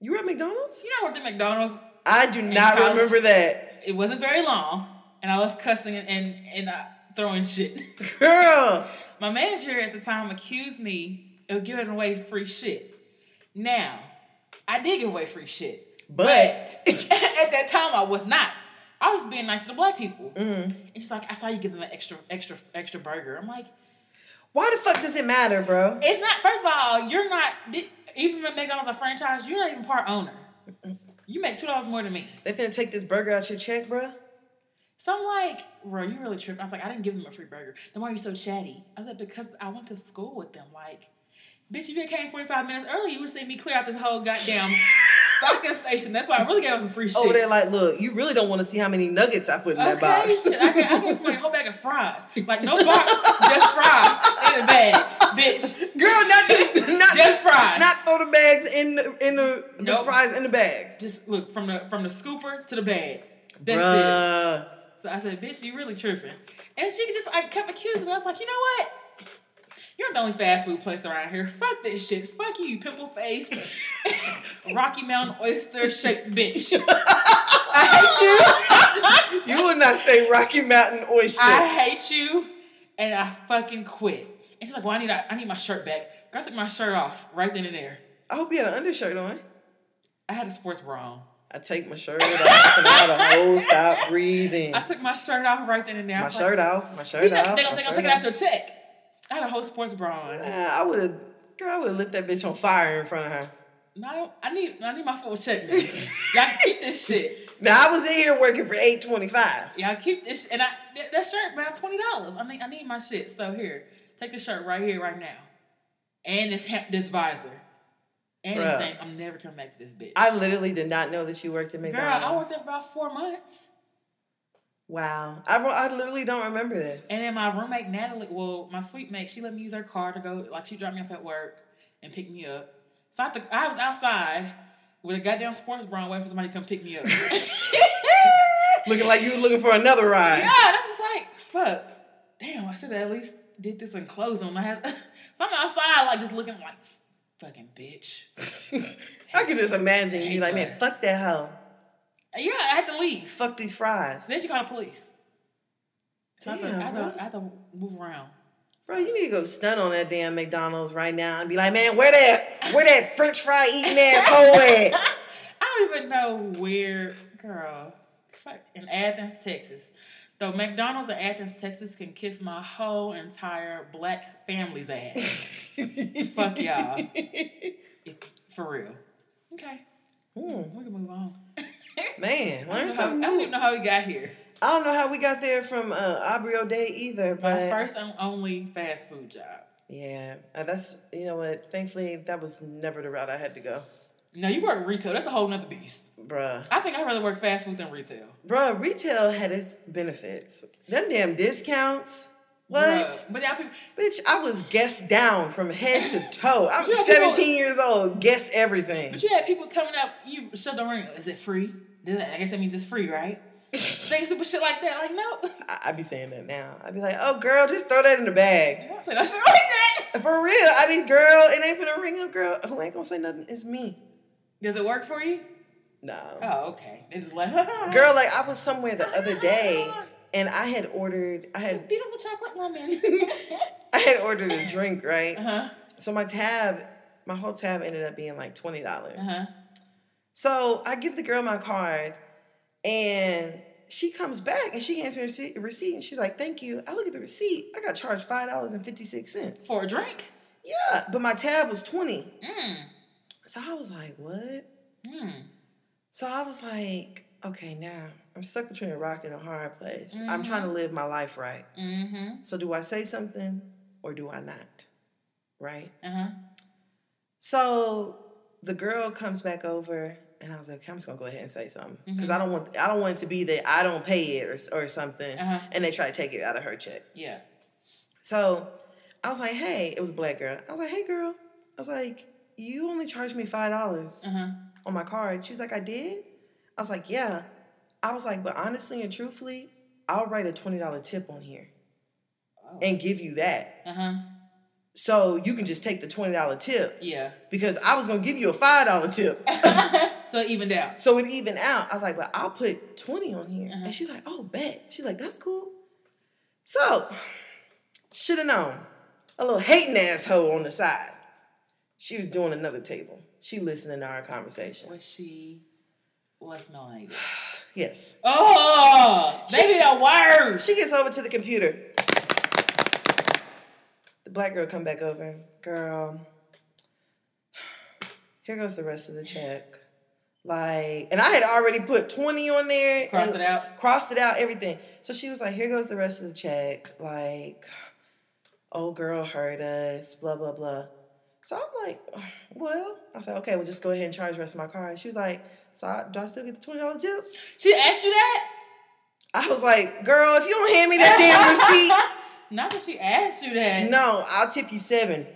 B: You were at McDonald's?
A: You know, I worked at McDonald's.
B: I do not
A: college.
B: remember that.
A: It wasn't very long, and I left cussing and and, and uh, throwing shit.
B: Girl!
A: My manager at the time accused me of giving away free shit. Now, I did give away free shit,
B: But,
A: at that time, I was not. I was being nice to the black people.
B: Mhm.
A: And she's like, I saw you give them an extra, extra, extra burger. I'm like,
B: why the fuck does it matter, bro?
A: it's not. First of all, you're not. thi- Even if McDonald's a franchise, you're not even part owner. You make two dollars more than me.
B: They finna take this burger out your check, bro.
A: So I'm like, bro, you really tripped. I was like, I didn't give them a free burger. Then why are you so chatty? I was like, because I went to school with them. Like, bitch, if you had came 45 minutes early, you would see me clear out this whole goddamn stocking station. That's why I really gave them some free shit.
B: Over there, like, look, you really don't want to see how many nuggets I put in Oh, that
A: Okay,
B: box.
A: shit. I gave, I gave somebody a whole bag of fries. Like, no box, just fries in a bag, bitch.
B: Girl, not the, not
A: Just fries.
B: Not throw the bags in the in the,
A: Nope.
B: the fries in the bag.
A: Just look from the from the scooper to the bag. That's it.
B: Bruh.
A: So I said, bitch, you really tripping. And she just I kept accusing me. I was like, you know what? You're the only fast food place around here. Fuck this shit. Fuck you, you pimple faced Rocky Mountain oyster shaped bitch. I hate you.
B: You will not say Rocky Mountain oyster.
A: I hate you. And I fucking quit. And she's like, well, I need I need my shirt back. Girl, I took my shirt off right then and there.
B: I hope you had an undershirt on.
A: I had a sports bra on.
B: I take my shirt off and I gotta whole stop breathing.
A: I took my shirt off right then and there. I
B: My
A: was like,
B: shirt off. My shirt
A: You
B: off.
A: know, they
B: my
A: gonna think I'm
B: shirt
A: taking
B: off.
A: out your check. I had a whole sports bra on.
B: Nah, Uh, I would have, girl, I would have lit that bitch on fire in front of her.
A: No, I, don't, I need I need my full check. man. Y'all keep this shit.
B: Now I was in here working for eight twenty five.
A: Y'all keep this, sh- and I that, that shirt about twenty dollars. I need I need my shit. So here, take the shirt right here, right now, and this ha- this visor, and this
B: Bruh.
A: thing. I'm never coming back to this bitch.
B: I literally did not know that you worked at
A: Girl, I
B: McDonald's.
A: worked there for about four months,
B: wow, I, ro- I literally don't remember this.
A: and then my roommate Natalie, well, my sweet mate, she let me use her car to go. Like she dropped me off at work and picked me up. So I, had to- I was outside with a goddamn sports bra on waiting for somebody to come pick me up.
B: looking like you were looking for another ride.
A: Yeah, and I'm just like, fuck. Damn, I should have at least did this in clothes on. I had, so I'm outside, like just looking like, fucking bitch.
B: I can just imagine you
A: Hate
B: like, man,
A: fries.
B: fuck that hoe,
A: And yeah, I had to leave.
B: fuck these fries,
A: So then she called the police. So I, had to, I,
B: Damn,
A: had to,
B: bro.
A: I had to move around.
B: bro. You need to go stun on that damn McDonald's right now and be like, man, where that, where that French fry eating asshole at?
A: I don't even know where, girl. Fuck, in Athens, Texas. Though McDonald's in Athens, Texas can kiss my whole entire black family's ass.
B: Fuck
A: y'all. if, for real. Okay,
B: Hmm,
A: we can move on. I don't
B: man, learn
A: know how-
B: something
A: I don't
B: new.
A: even know how we got here.
B: I don't know how we got there from uh, Aubrey O'Day either,
A: My
B: but
A: first and only fast food job.
B: yeah, uh, that's you know what. Thankfully, that was never the route I had to go,
A: No, you work retail. That's a whole nother beast.
B: bruh.
A: I think I'd rather work fast food than retail.
B: Bruh, retail had its benefits. Them damn discounts. What?
A: Bruh. But y'all people,
B: Bitch, I was guessed down from head to toe. I'm
A: But you know,
B: 17
A: people-
B: years old. Guess everything.
A: but you had people coming up. You shut the ring. Is it free? Does that- I guess that means it's free, right? Saying stupid shit like that. Like no,
B: I, I be saying that now. I be like, oh girl, just throw that in the bag.
A: you don't say no shit like that.
B: For real. I be girl, it ain't finna ring up, girl. Who ain't gonna say nothing? It's me.
A: Does it work for you?
B: No.
A: Oh, okay. They just like
B: Girl, like I was somewhere the other day and I had ordered I had
A: Beautiful chocolate woman.
B: I had ordered a drink, right?
A: uh huh.
B: So my tab, my whole tab ended up being like twenty dollars.
A: Uh huh.
B: So I give the girl my card, and she comes back and she hands me a receipt, receipt and she's like, "Thank you." I look at the receipt. I got charged five dollars and fifty six cents.
A: For a drink.
B: Yeah, but my tab was twenty.
A: Mm.
B: So I was like, "What?"
A: Mm.
B: So I was like, "Okay, now I'm stuck between a rock and a hard place. I'm
A: Mhm.
B: trying to live my life right.
A: Mm-hmm.
B: So do I say something or do I not? Right?"
A: Uh huh.
B: So the girl comes back over, and I was like, okay, I'm just gonna go ahead and say something because I don't want I don't want it to be that I don't pay it or or something,
A: Uh huh.
B: and they try to take it out of her check.
A: Yeah.
B: So I was like, hey, it was a black girl. I was like, hey, girl. I was like, you only charged me five dollars
A: Uh huh.
B: on my card. She was like, I did. I was like, yeah. I was like, but honestly and truthfully, I'll write a twenty dollar tip on here
A: Oh,
B: and give you that.
A: Uh huh.
B: So you can just take the twenty dollar tip
A: Yeah.
B: because I was gonna give you a five dollar tip.
A: so it evened out.
B: So it even out. I was like, well, I'll put 20 on here.
A: Uh-huh.
B: And she's like, oh, bet. She's like, that's cool. So, should have known. A little hating asshole on the side. She was doing another table. She listening to our conversation.
A: Was she less melanated.
B: Yes.
A: Oh, they be the worst.
B: She gets over to the computer. The black girl come back over. Girl, here goes the rest of the check. Like, and I had already put 20 on there.
A: Cross
B: and
A: it out.
B: Crossed it out, everything. So she was like, here goes the rest of the check. Like, old girl hurt us, blah, blah, blah. So I'm like, well, I said, okay, well, just go ahead and charge the rest of my car. And she was like, so I, do I still get the $20 tip?
A: She asked you that?
B: I was like, girl, if you don't hand me that damn
A: Not that she asked you that.
B: receipt, no, I'll tip you seven.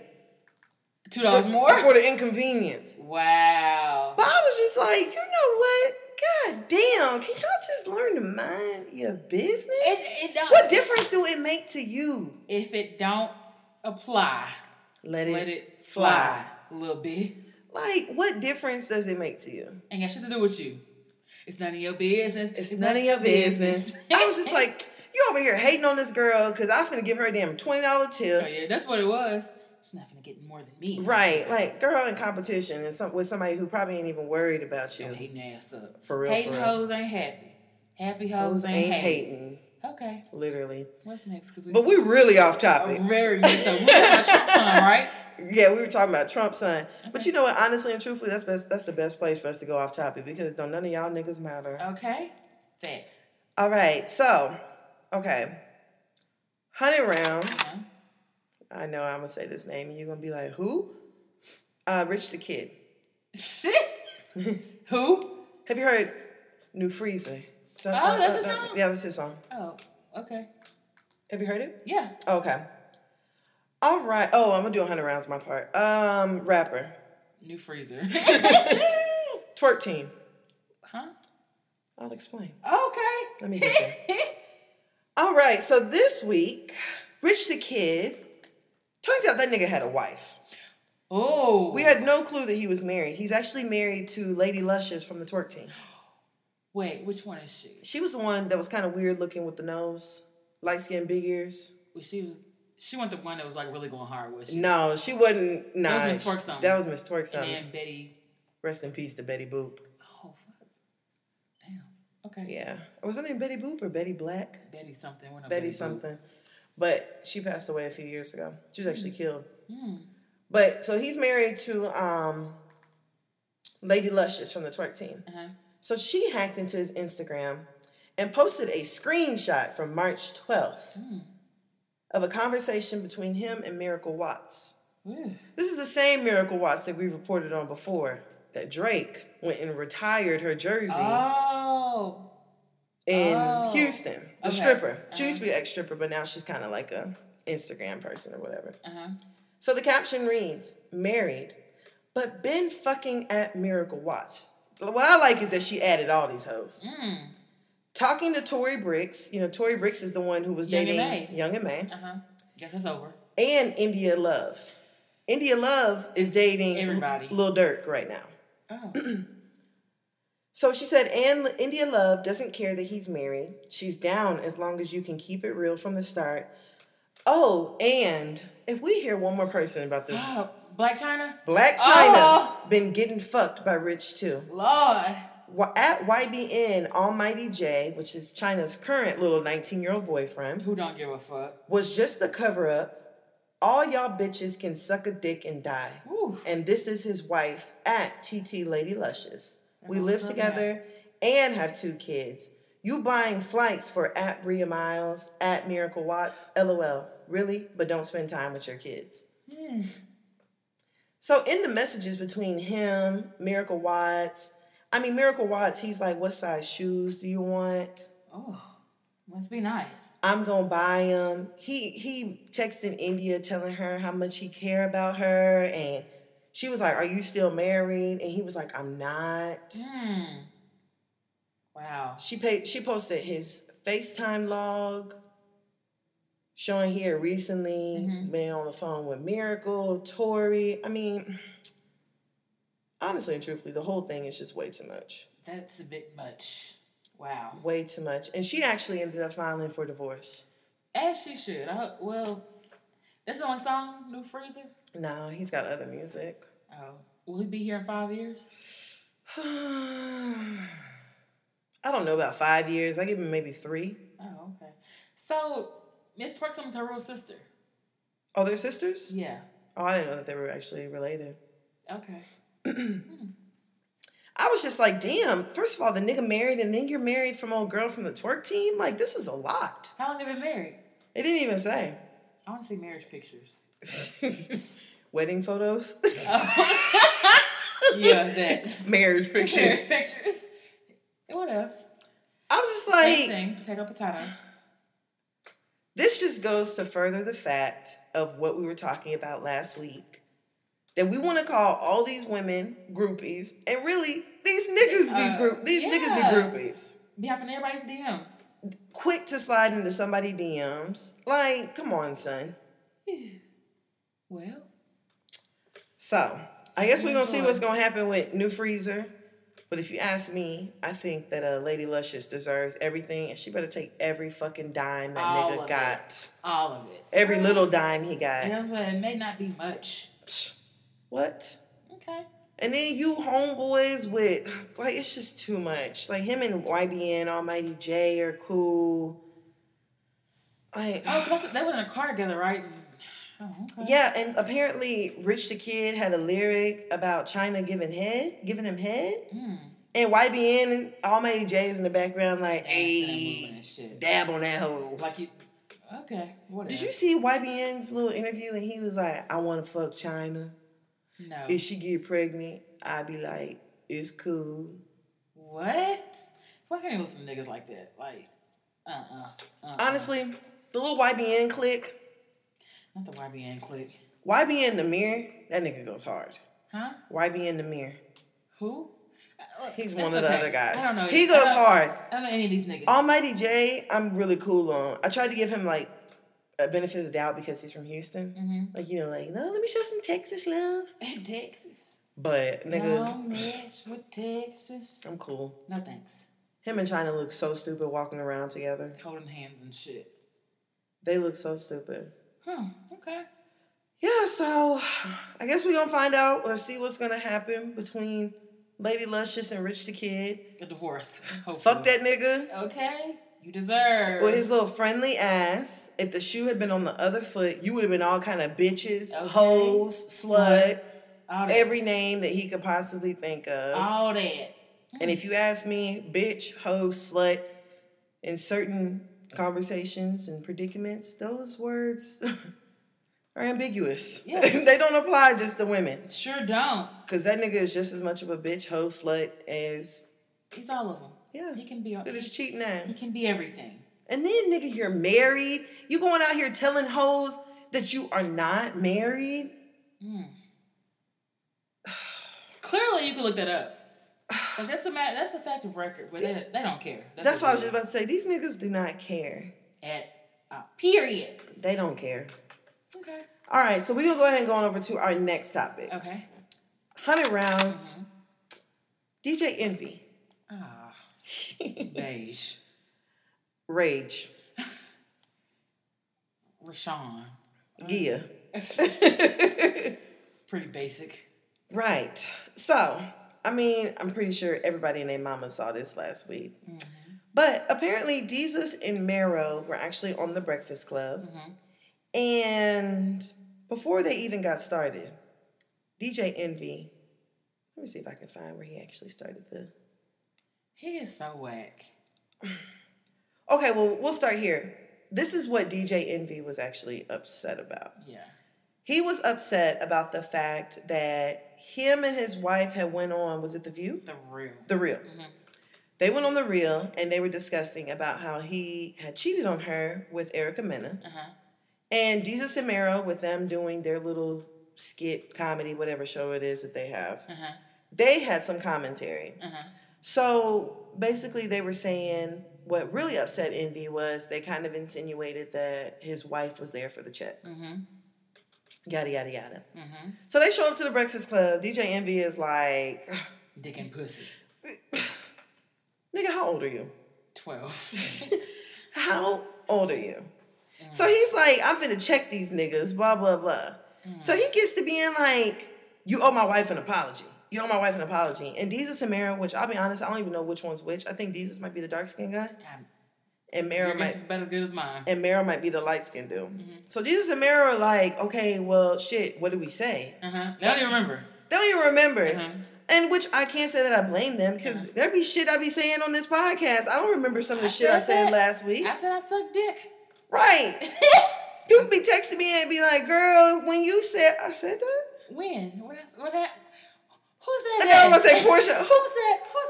A: Two dollars
B: for,
A: more.
B: For the inconvenience.
A: wow.
B: But I was just like, you know what? God damn, can y'all just learn to mind your business?
A: It, it don't,
B: what difference do it make to you?
A: if it don't apply,
B: Let it,
A: let it fly a little bit.
B: Like, what difference does it make to you?
A: Ain't got shit to do with you. It's none of your business.
B: It's, none of your business. I was just like, you over here hating on this girl because I'm finna give her a damn $20 tip.
A: oh yeah, that's what it was. She's not gonna get more than me.
B: Right, like girl in competition and some with somebody who probably ain't even worried about
A: Don't
B: you.
A: hating ass up.
B: For real,
A: Hating
B: for real.
A: hoes ain't happy. Happy hoes,
B: Hoes
A: ain't,
B: ain't
A: happy.
B: hating,
A: Okay,
B: literally.
A: what's next? Cause we
B: But we're really off
A: are
B: topic.
A: very mixed up. We got Trump time, right?
B: Yeah, we were talking about Trump's son. But
A: Okay.
B: you know what? Honestly and truthfully, that's best. That's the best place for us to go off topic because don't none of y'all niggas matter.
A: Okay, facts.
B: All right, so okay, hundred rounds.
A: Uh-huh.
B: I know I'm gonna say this name, and you're gonna be like, who? Uh, Rich the Kid.
A: Who?
B: Have you heard New Freezer? Dun,
A: Oh,
B: dun,
A: that's
B: dun,
A: his
B: dun.
A: song?
B: Yeah, that's his song.
A: Oh, okay.
B: Have you heard it?
A: Yeah.
B: Okay. All right. Oh, I'm gonna do hundred rounds my part. Um, rapper,
A: New freezer.
B: twerk team.
A: huh?
B: I'll explain.
A: Okay.
B: Let me get there. All right, so this week, Rich the Kid, turns out that nigga had a wife.
A: oh.
B: We had no clue that he was married. He's actually married to Lady Luscious from the twerk team.
A: Wait, which one is she?
B: She was the one that was kind of weird looking with the nose, light skin, big ears.
A: Well, she was. She went the one that was like really going hard, was she?
B: No, she wasn't. Nah,
A: That was Miss Twerk
B: she-
A: something.
B: That was Miss Twerk
A: And
B: something.
A: then Betty.
B: Rest in peace to Betty Boop.
A: Oh, fuck. Damn. Okay.
B: Yeah, was her name Betty Boop or Betty Black?
A: Betty something. What
B: Betty something. But she passed away a few years ago. She was actually killed.
A: Hmm.
B: But so he's married to um, Lady Luscious from the twerk team.
A: Uh-huh.
B: So she hacked into his Instagram and posted a screenshot from March 12th
A: Hmm.
B: of a conversation between him and Miracle Watts.
A: Ooh.
B: This is the same Miracle Watts that we reported on before that Drake went and retired her jersey
A: Oh.
B: in
A: oh.
B: Houston. The
A: Okay.
B: stripper. She
A: Uh-huh.
B: used to be an ex stripper, but now she's kind of like a Instagram person or whatever.
A: Uh huh.
B: So the caption reads, married, but been fucking at Miracle Watts. What I like is that she added all these hoes.
A: Mm.
B: Talking to Tori Bricks, you know, Tori Bricks is the one who was
A: Young and
B: dating
A: May.
B: Young and May,
A: Uh huh. Guess that's over.
B: and India Love. India Love is dating
A: Everybody.
B: Lil Durk right now.
A: Oh.
B: So she said, and India Love doesn't care that he's married. She's down as long as you can keep it real from the start. Oh, and if we hear one more person about this
A: oh. Black China.
B: Black China
A: Oh.
B: been getting fucked by Rich too.
A: Lord.
B: Wa- At YBN, Almighty J, which is China's current little 19 year old boyfriend,
A: Who don't give a fuck?
B: was just a cover up. All y'all bitches can suck a dick and die.
A: Ooh.
B: And this is his wife at TT Lady Luscious. We
A: Oh,
B: live
A: love
B: together and have two kids. You buying flights for at Bria Miles, at Miracle Watts, lol. Really? But don't spend time with your kids.
A: Mm.
B: So in the messages between him, Miracle Watts, I mean Miracle Watts, he's like, "What size shoes do you want?
A: Oh. Must be nice.
B: I'm gonna buy them." He he texted India telling her how much he care about her, and she was like, "Are you still married?" And he was like, "I'm not."
A: Hmm. Wow.
B: She paid. She posted his FaceTime log. Showing here recently,
A: Mhm.
B: been on the phone with Miracle, Tori. I mean, honestly and truthfully, the whole thing is just way too much.
A: That's a bit much. Wow.
B: Way too much. And she actually ended up filing for divorce.
A: As she should. I, well, that's the only song, New Freezer.
B: No, he's got other music.
A: Oh. Will he be here in five years?
B: I I don't know about five years. I give him maybe three.
A: Oh, okay. So Miss Twerksum's her real sister.
B: Oh, they're sisters?
A: Yeah.
B: Oh, I didn't know that they were actually related.
A: Okay.
B: I was just like, damn, first of all, the nigga married and then you're married from old girl from the twerk team? Like, this is a lot.
A: How long they been married?
B: It didn't even say.
A: I want to see marriage pictures.
B: Wedding photos?
A: yeah, that.
B: Marriage pictures.
A: Marriage pictures. What if?
B: I'm just
A: Same
B: like,
A: thing. Potato, potato.
B: this just goes to further the fact of what we were talking about last week. That we want to call all these women groupies, and really these niggas
A: Uh,
B: these group these
A: yeah.
B: niggas be groupies.
A: Be hopping everybody's DM.
B: Quick to slide into somebody DMs. Like, come on, son.
A: Well,
B: So I guess we're gonna
A: Mm-hmm.
B: see what's gonna happen with New Freezer. But if you ask me, I think that uh, Lady Luscious deserves everything, and she better take every fucking dime that
A: All
B: nigga
A: of it.
B: got.
A: all of it.
B: Every little dime he got.
A: Yeah, but it may not be much.
B: What?
A: Okay.
B: And then you homeboys with like it's just too much. Like him and YBN Almighty J are cool. Like
A: Oh, cause that's- they was in a car together, right? Oh, okay.
B: yeah, and apparently Rich the Kid had a lyric about China giving head, giving him head,
A: Mm.
B: and YBN and Almighty J is in the background like,
A: Hey.
B: hey,
A: Shit.
B: dab on that hoe.
A: Like you. Okay. Whatever.
B: Did you see YBN's little interview and he was like, I want to fuck China.
A: No.
B: If she get pregnant, i be like, it's cool.
A: What? Why can't you listen to niggas like that? Like, uh uh
B: Honestly, the little YBN click,
A: Not the YBN click.
B: YBN the mirror, that nigga goes hard.
A: Huh?
B: YBN the mirror,
A: Who?
B: he's
A: That's
B: one of the
A: okay.
B: other guys.
A: I don't know. Uh,
B: He
A: I
B: goes
A: don't-
B: hard.
A: I don't know any of these niggas.
B: Almighty J, I'm really cool on. I tried to give him like a benefit of the doubt because he's from Houston.
A: mm-hmm.
B: Like you know, like no, let me show some Texas love.
A: In Texas.
B: But nigga,
A: Don't mess with Texas.
B: I'm cool.
A: No thanks.
B: Him and China look so stupid walking around together.
A: Holding hands and shit.
B: They look so stupid.
A: Hmm. Okay.
B: Yeah, so I guess we're gonna find out or see what's gonna happen between Lady Luscious and Rich the Kid.
A: A divorce. Hopefully.
B: Fuck that nigga
A: Okay. You deserve.
B: with his little friendly ass. If the shoe had been on the other foot, you would have been all kind of bitches,
A: Okay.
B: hoes, slut,
A: all that.
B: every name that he could possibly think of.
A: All that.
B: And if you ask me, bitch, hoe, slut, in certain conversations and predicaments, those words are ambiguous.
A: Yes.
B: they don't apply just to women.
A: Sure don't.
B: Because that nigga is just as much of a bitch, hoe, slut as,
A: He's all of them.
B: yeah,
A: He can be. all-
B: that is
A: He
B: cheating ass.
A: can be everything.
B: And then, nigga, you're married. You going out here telling hoes that you are not married.
A: Mm. Clearly, you can look that up. Like that's a ma- that's a fact of record, but
B: This-
A: they, they don't care.
B: That's
A: what
B: why I was just about to say, these niggas do not care.
A: at uh, period.
B: They don't care.
A: Okay.
B: All right, so we're going to go ahead and go on over to our next topic.
A: Okay.
B: 100 rounds. DJ Envy.
A: Ah, beige.
B: Rage.
A: Rashawn.
B: Gia.
A: Pretty basic.
B: right. So, I mean, I'm pretty sure everybody and their mama saw this last week. But apparently, Jesus and Mero were actually on the Breakfast Club.
A: Mhm.
B: And before they even got started, DJ Envy, let me see if I can find where he actually started the.
A: He is so whack.
B: Okay, well, we'll start here. This is what DJ Envy was actually upset about.
A: Yeah.
B: He was upset about the fact that him and his wife had went on, was it The View?
A: The real.
B: The Real.
A: Mhm.
B: They went on The Real and they were discussing about how he had cheated on her with Erica Mena.
A: Uh huh.
B: And Jesus and Mero, with them doing their little skit, comedy, whatever show it is that they have,
A: Uh huh.
B: they had some commentary.
A: Uh huh.
B: So basically, they were saying what really upset Envy was they kind of insinuated that his wife was there for the check,
A: Mhm.
B: yada, yada, yada.
A: Mhm.
B: So they show up to the Breakfast Club. DJ Envy is like,
A: Dick and pussy.
B: nigga, how old are you?
A: Twelve.
B: How old are you? So he's like, I'm finna check these niggas, blah, blah, blah. So he gets to being like, you owe my wife an apology. you owe my wife an apology. And Deezus and Mara, which I'll be honest, I don't even know which one's which. I think Deezus might be the dark skinned guy,
A: God,
B: and
A: Your
B: Mara
A: guess
B: might
A: is about as good as mine.
B: and Mara might be the light skinned dude.
A: Mm-hmm.
B: So Jesus and Mara are like, okay, well, shit, what did we say?
A: Uh huh. Now you remember.
B: They don't even remember.
A: Uh-huh.
B: And which I can't say that I blame them because
A: Uh-huh.
B: there be shit I be saying on this podcast. I don't remember some of the
A: I
B: shit
A: said
B: I said
A: that.
B: last week.
A: I said I suck dick.
B: right. People be texting me and be like, girl, when you said, I said that?
A: when? What? I- What? That? Who said
B: I thought I
A: that?
B: was gonna say Portia.
A: Who said? Who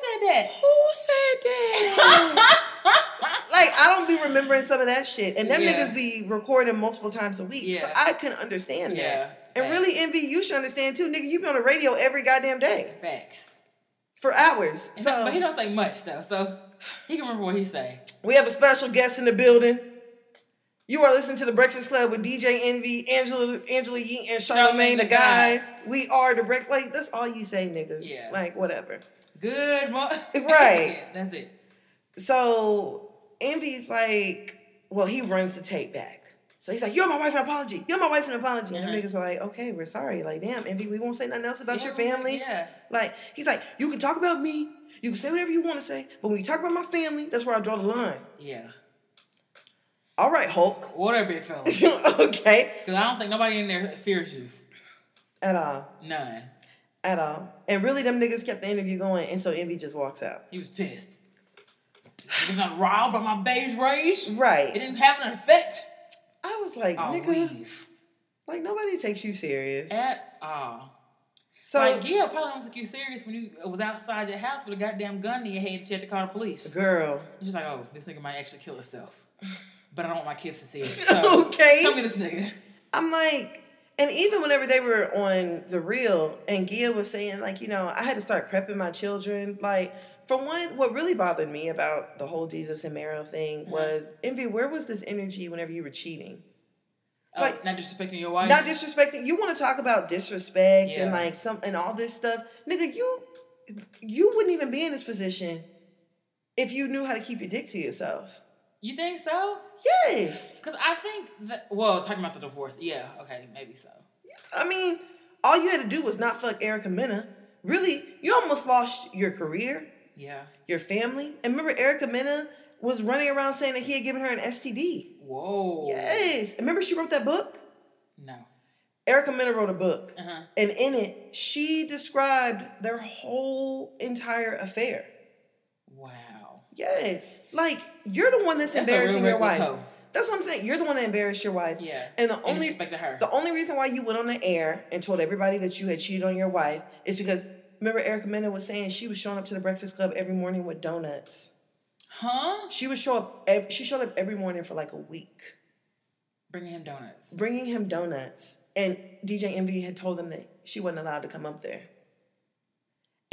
A: said that?
B: Who said that? like, I don't be remembering some of that shit. And them
A: Yeah.
B: niggas be recording multiple times a week. So
A: Yeah.
B: I can understand that.
A: yeah.
B: And
A: facts.
B: really, Envy, you should understand too, nigga. You be on the radio every goddamn day
A: facts.
B: for hours.
A: And that-
B: So
A: but he don't say much though, so he can remember what he say.
B: we have a special guest in the building. You are listening to the Breakfast Club with DJ Envy, Angela, Angela Yee, and
A: Charlamagne
B: Charlemagne the
A: the
B: Guy. We are the break. Like that's all you say, nigga.
A: Yeah.
B: Like whatever.
A: Good, mo-
B: Right.
A: That's it.
B: So Envy's like, well, he runs the tape back. So he's like, "You're my wife an apology. You're my wife an apology." And the
A: Mhm.
B: niggas are like, "Okay, we're sorry. Like, damn, Envy, we won't say nothing else about
A: Yeah,
B: your family.
A: Yeah.
B: Like he's like, you can talk about me, you can say whatever you want to say, but when you talk about my family, that's where I draw the line.
A: Yeah.
B: All right, Hulk.
A: What a big fella. Because
B: okay.
A: I don't think nobody in there fears you.
B: At all.
A: None.
B: At all. And really them niggas kept the interview going and so Envy just walks out.
A: He was pissed. He was not riled by my beige rage. It
B: Right.
A: didn't have an effect.
B: I was like,
A: I'll
B: nigga,
A: leave.
B: like nobody takes you serious.
A: Oh, At all.
B: So
A: like Gil probably don't think you serious when you was outside your house with a goddamn gun in your head and she had to call the police.
B: girl.
A: She's like, oh, this nigga might actually kill himself. But I don't want my kids to see it. So,
B: Okay.
A: Tell me this nigga.
B: I'm like, and even whenever they were on the real, and Gia was saying, like, you know, I had to start prepping my children. Like, for one, what really bothered me about the whole Jesus and Mero thing was, Envy, where was this energy whenever you were cheating?
A: Oh,
B: Like-
A: not disrespecting your wife.
B: Not disrespecting. You want to talk about disrespect and
A: Yeah.
B: like some and all this stuff, nigga. You you wouldn't even be in this position if you knew how to keep your dick to yourself.
A: you think so?
B: Yes,
A: Because I think that, well, talking about the divorce, yeah, okay, maybe so.
B: I mean, all you had to do was not fuck Erica Mena. Really, you almost lost your career.
A: Yeah.
B: your family. And remember, Erica Mena was running around saying that he had given her an STD.
A: Whoa.
B: Yes. And remember, she wrote that book?
A: No.
B: Erica Mena wrote a book.
A: Uh huh.
B: And in it, she described their whole entire affair.
A: Wow.
B: Yes. Like, you're the one that's,
A: That's a real
B: embarrassing your wife.
A: reckless hoe.
B: That's what I'm saying. You're the one that embarrassed your wife.
A: Yeah.
B: And the
A: Only
B: only
A: disrespected her.
B: the only reason why you went on the air and told everybody that you had cheated on your wife is because remember Erica Mena was saying she was showing up to the Breakfast Club every morning with donuts.
A: huh?
B: She would show up. Ev- she showed up every morning for like a week,
A: Bringing him donuts.
B: bringing him donuts. And DJ Envy had told him that she wasn't allowed to come up there.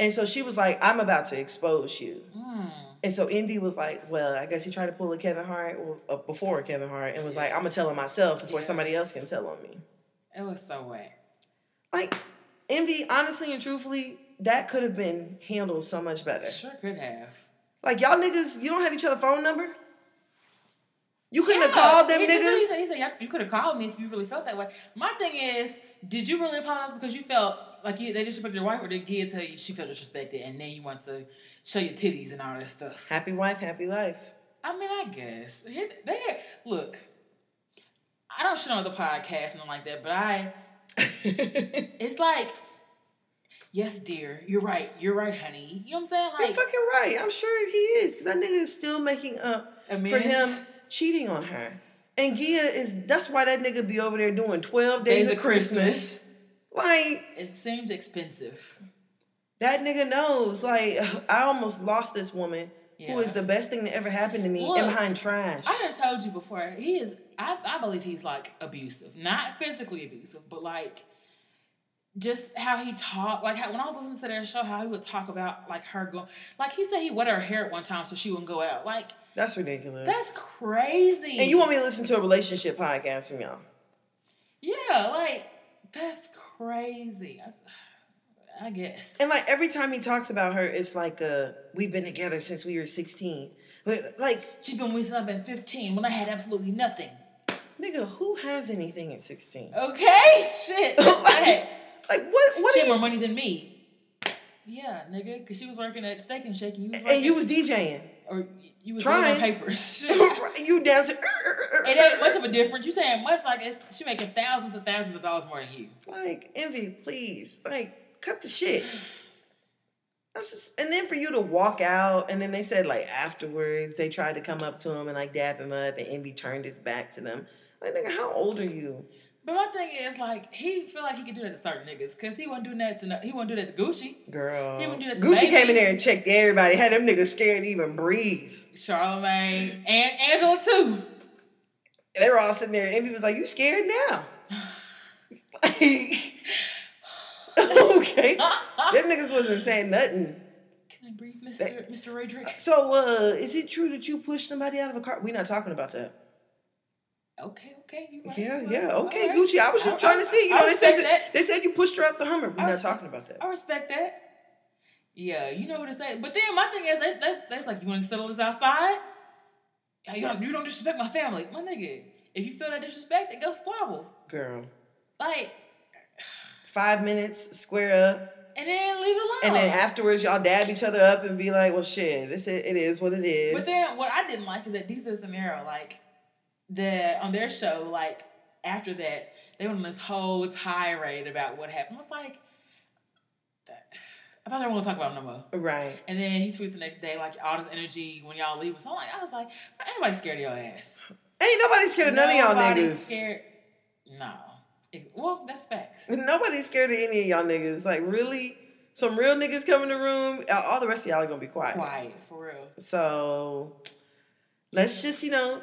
B: And so she was like, "I'm about to expose you."
A: Mm.
B: And so Envy was like, "Well, I guess he tried to pull a Kevin Hart well, uh, before a Kevin Hart, and was like, I'm gonna tell him myself before
A: Yeah.
B: somebody else can tell on me."
A: It was so wet.
B: Like Envy, honestly and truthfully, that could have been handled so much better.
A: Sure could have.
B: Like y'all niggas, you don't have each other phone number. You couldn't have
A: Yeah,
B: called them
A: he- that's what
B: niggas.
A: He said, he said, "Y'all- you could have called me if you really felt that way. My thing is, did you really apologize because you felt like you, they disrespected your wife, or did Gia tell you she felt disrespected, and then you want to show your titties and all that stuff?
B: Happy wife, happy life.
A: I mean, I guess. Here- There, look, I don't shit on the podcast nothing like that, but I,
B: You're
A: it's like, yes, dear, you're right, you're right, honey. You know what I'm saying? Like,
B: fucking right. I'm sure he is because that nigga is still making up for
A: amends.
B: him cheating on her. And Gia is that's why that nigga be over there doing 12 days, of Christmas. Like
A: It seems expensive.
B: that nigga knows. Like I almost lost this woman
A: Yeah.
B: who is the best thing that ever happened to me
A: Look,
B: and behind trash.
A: I have told you before, he is I, I believe he's like abusive. Not physically abusive, but like just how he talked. Like how, when I was listening to their show, how he would talk about like her going like he said he wet her hair at one time so she wouldn't go out. Like
B: that's ridiculous.
A: that's crazy.
B: and you want me to listen to a relationship podcast from y'all?
A: Yeah, like that's crazy. I, I guess.
B: And like every time he talks about her, it's like uh we've been together since we were 16. But like
A: She's been with me since I've been 15 when I had absolutely nothing.
B: Nigga, who has anything at 16?
A: Okay? Shit.
B: like,
A: That's
B: like
A: bad.
B: what what
A: Uh, She
B: do
A: had more
B: you,
A: money than me. Yeah, nigga, because she was working at Steak and Shake, and you was working,
B: And you was DJing.
A: or you was
B: Trying.
A: trying papers. it
B: you dancing.
A: ain't much of a difference. You saying much like it's, she making thousands and thousands of dollars more than you.
B: Like, Envy, please. Like, cut the shit. That's just, and then for you to walk out, and then they said, like, afterwards, they tried to come up to him and, like, dab him up, and Envy turned his back to them. Like, nigga, how old are you?
A: But my thing is, like, he feel like he could do that to certain niggas, cause he wouldn't do that to no- he wouldn't do that to Gucci,
B: Girl.
A: He wouldn't do that to
B: Gucci
A: baby.
B: came in there and checked everybody, had them niggas scared to even breathe.
A: Charlemagne, and Angela too.
B: And they were all sitting there, and Envy was like, You scared now? like, okay. Them niggas wasn't saying nothing.
A: Can I breathe, Mister Mister Radrick?
B: So, uh, is it true that you pushed somebody out of a car? We're not talking about that.
A: Okay, okay, you right.
B: Yeah,
A: you right.
B: yeah, okay,
A: All right.
B: Gucci. I was just
A: I-
B: trying
A: I-
B: to see. You
A: I
B: know, they said
A: respect
B: that, they said you pushed her out the Hummer. We're
A: I
B: not
A: respect-
B: talking about that.
A: I respect that. Yeah, you know what to say. But then my thing is, they, they, that's like, you want to settle this outside? Yeah, You don't, you don't disrespect my family. My nigga, if you feel that disrespect, then go squabble.
B: Girl,
A: Like,
B: five minutes, square up,
A: and then leave it alone.
B: and then afterwards, y'all dab each other up and be like, "Well, shit, this it, it is what it is."
A: But then what I didn't like is that Deesa and Samira, like, the on their show, like, after that, they went on this whole tirade about what happened. I was like, that- I thought they were going to talk about it no more.
B: right?
A: And then he tweeted the next day, like, all this energy when y'all leave. So I'm like, I was like, "Bro, ain't nobody scared of your ass.
B: Ain't nobody scared of none of y'all
A: Nobody
B: niggas.
A: scared. No. It- well, that's facts.
B: Nobody's scared of any of y'all niggas. Like, really, some real niggas come in the room. uh, All the rest of y'all are gonna be quiet.
A: Quiet, for real.
B: So let's just, you know,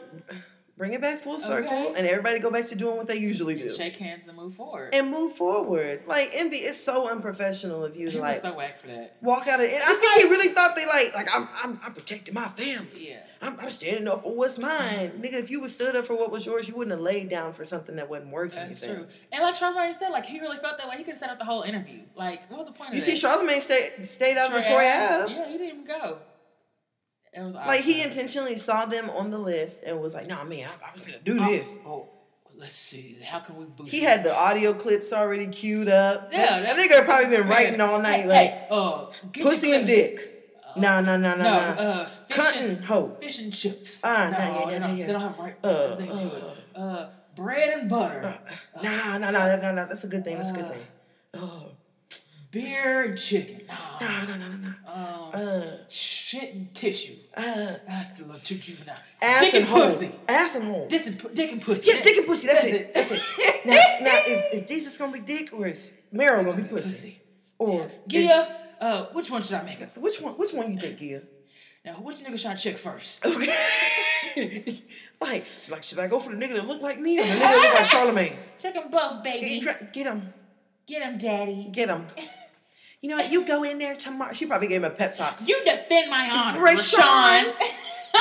B: bring it back full circle
A: Okay.
B: and everybody go back to doing what they usually do.
A: Shake hands and move forward.
B: And move forward. Like Envy, it's so unprofessional of you
A: he
B: to
A: was
B: like
A: so whack for that.
B: walk out of and I
A: It's
B: think he really thought they like like I'm I'm I'm protecting my family.
A: Yeah.
B: I'm, I'm standing up for what's mine.
A: Mm-hmm.
B: Nigga, if you would stood up for what was yours, you wouldn't have laid down for something that wasn't worth
A: That's
B: anything.
A: true. And like Charmaine said, like he really felt that way. He could have set up the whole interview. Like, what was the point
B: You
A: of
B: see,
A: that?
B: Charlemagne stayed stayed out of
A: Troy
B: the Troy Ave.
A: Yeah, he didn't even go. It was
B: Like he
A: awesome.
B: intentionally saw them on the list and was like, nah man, I, I was gonna do
A: Oh,
B: this.
A: Oh, let's see. How can we boost
B: He
A: it?
B: had the audio clips already queued up.
A: Yeah,
B: that,
A: that-
B: that nigga probably been
A: Man,
B: writing all night,
A: hey,
B: like
A: hey, uh, get
B: pussy
A: your
B: and
A: clip.
B: dick. Nah, nah, nah, nah,
A: No,
B: nah.
A: uh, fish
B: Cutting
A: and-
B: hoe.
A: Fish and chips.
B: Ah,
A: no,
B: nah, yeah,
A: they,
B: nah,
A: don't,
B: yeah.
A: they don't have right
B: Uh,
A: thing to it. Uh, bread and butter,
B: Nah, nah, nah, nah, nah. That's a good thing. That's a good
A: Uh,
B: thing. Oh,
A: beer and chicken.
B: nah,
A: Nah,
B: nah, nah, nah, nah.
A: um,
B: Uh,
A: shit and tissue.
B: uh,
A: I still love too juvenile.
B: ass
A: dick
B: and
A: and
B: hole.
A: pussy.
B: Ass and hole.
A: Dick and, pu- dick and pussy.
B: yeah, dick and pussy. That's, it. That's it. now, now is, is Jesus gonna be dick or is Meryl gonna be pussy? Or
A: Gia, uh, which one should I make?
B: is- which one? Which one you think, Gia?
A: Now, which nigga should I check first?
B: Okay. like, like, should I go for the nigga that look like me or the nigga that look like Charlemagne?
A: Check them both, baby.
B: Get him.
A: Get them, daddy.
B: Get him. You know what? You go in there tomorrow. She probably gave him a pep talk.
A: You defend my honor,
B: Rashawn.
A: Rashawn.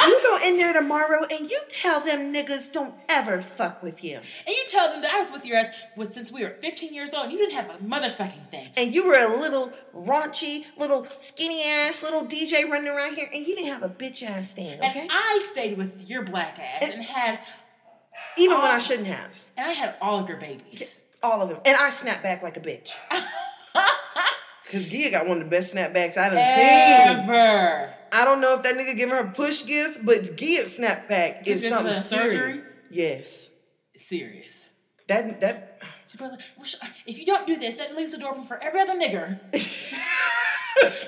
B: You go in there tomorrow and you tell them niggas don't ever fuck with him.
A: And you tell them that I was with your ass with, since we were 15 years old and you didn't have a motherfucking thing.
B: And you were a little raunchy, little skinny ass, little DJ running around here, and you didn't have a bitch ass thing, okay?
A: And I stayed with your black ass and, had
B: Even when I
A: Um,
B: shouldn't have.
A: and I had all of your babies.
B: All of them. And I snapped back like a bitch. Cause Gia got one of the best snapbacks I done seen.
A: Ever.
B: I don't know if that nigga giving her push gifts, but Gia's snapback
A: This
B: is
A: is
B: something
A: a
B: serious.
A: surgery?
B: Yes.
A: Serious.
B: That that
A: She was like, "Rash- if you don't do this, that leaves the door open for every other nigger.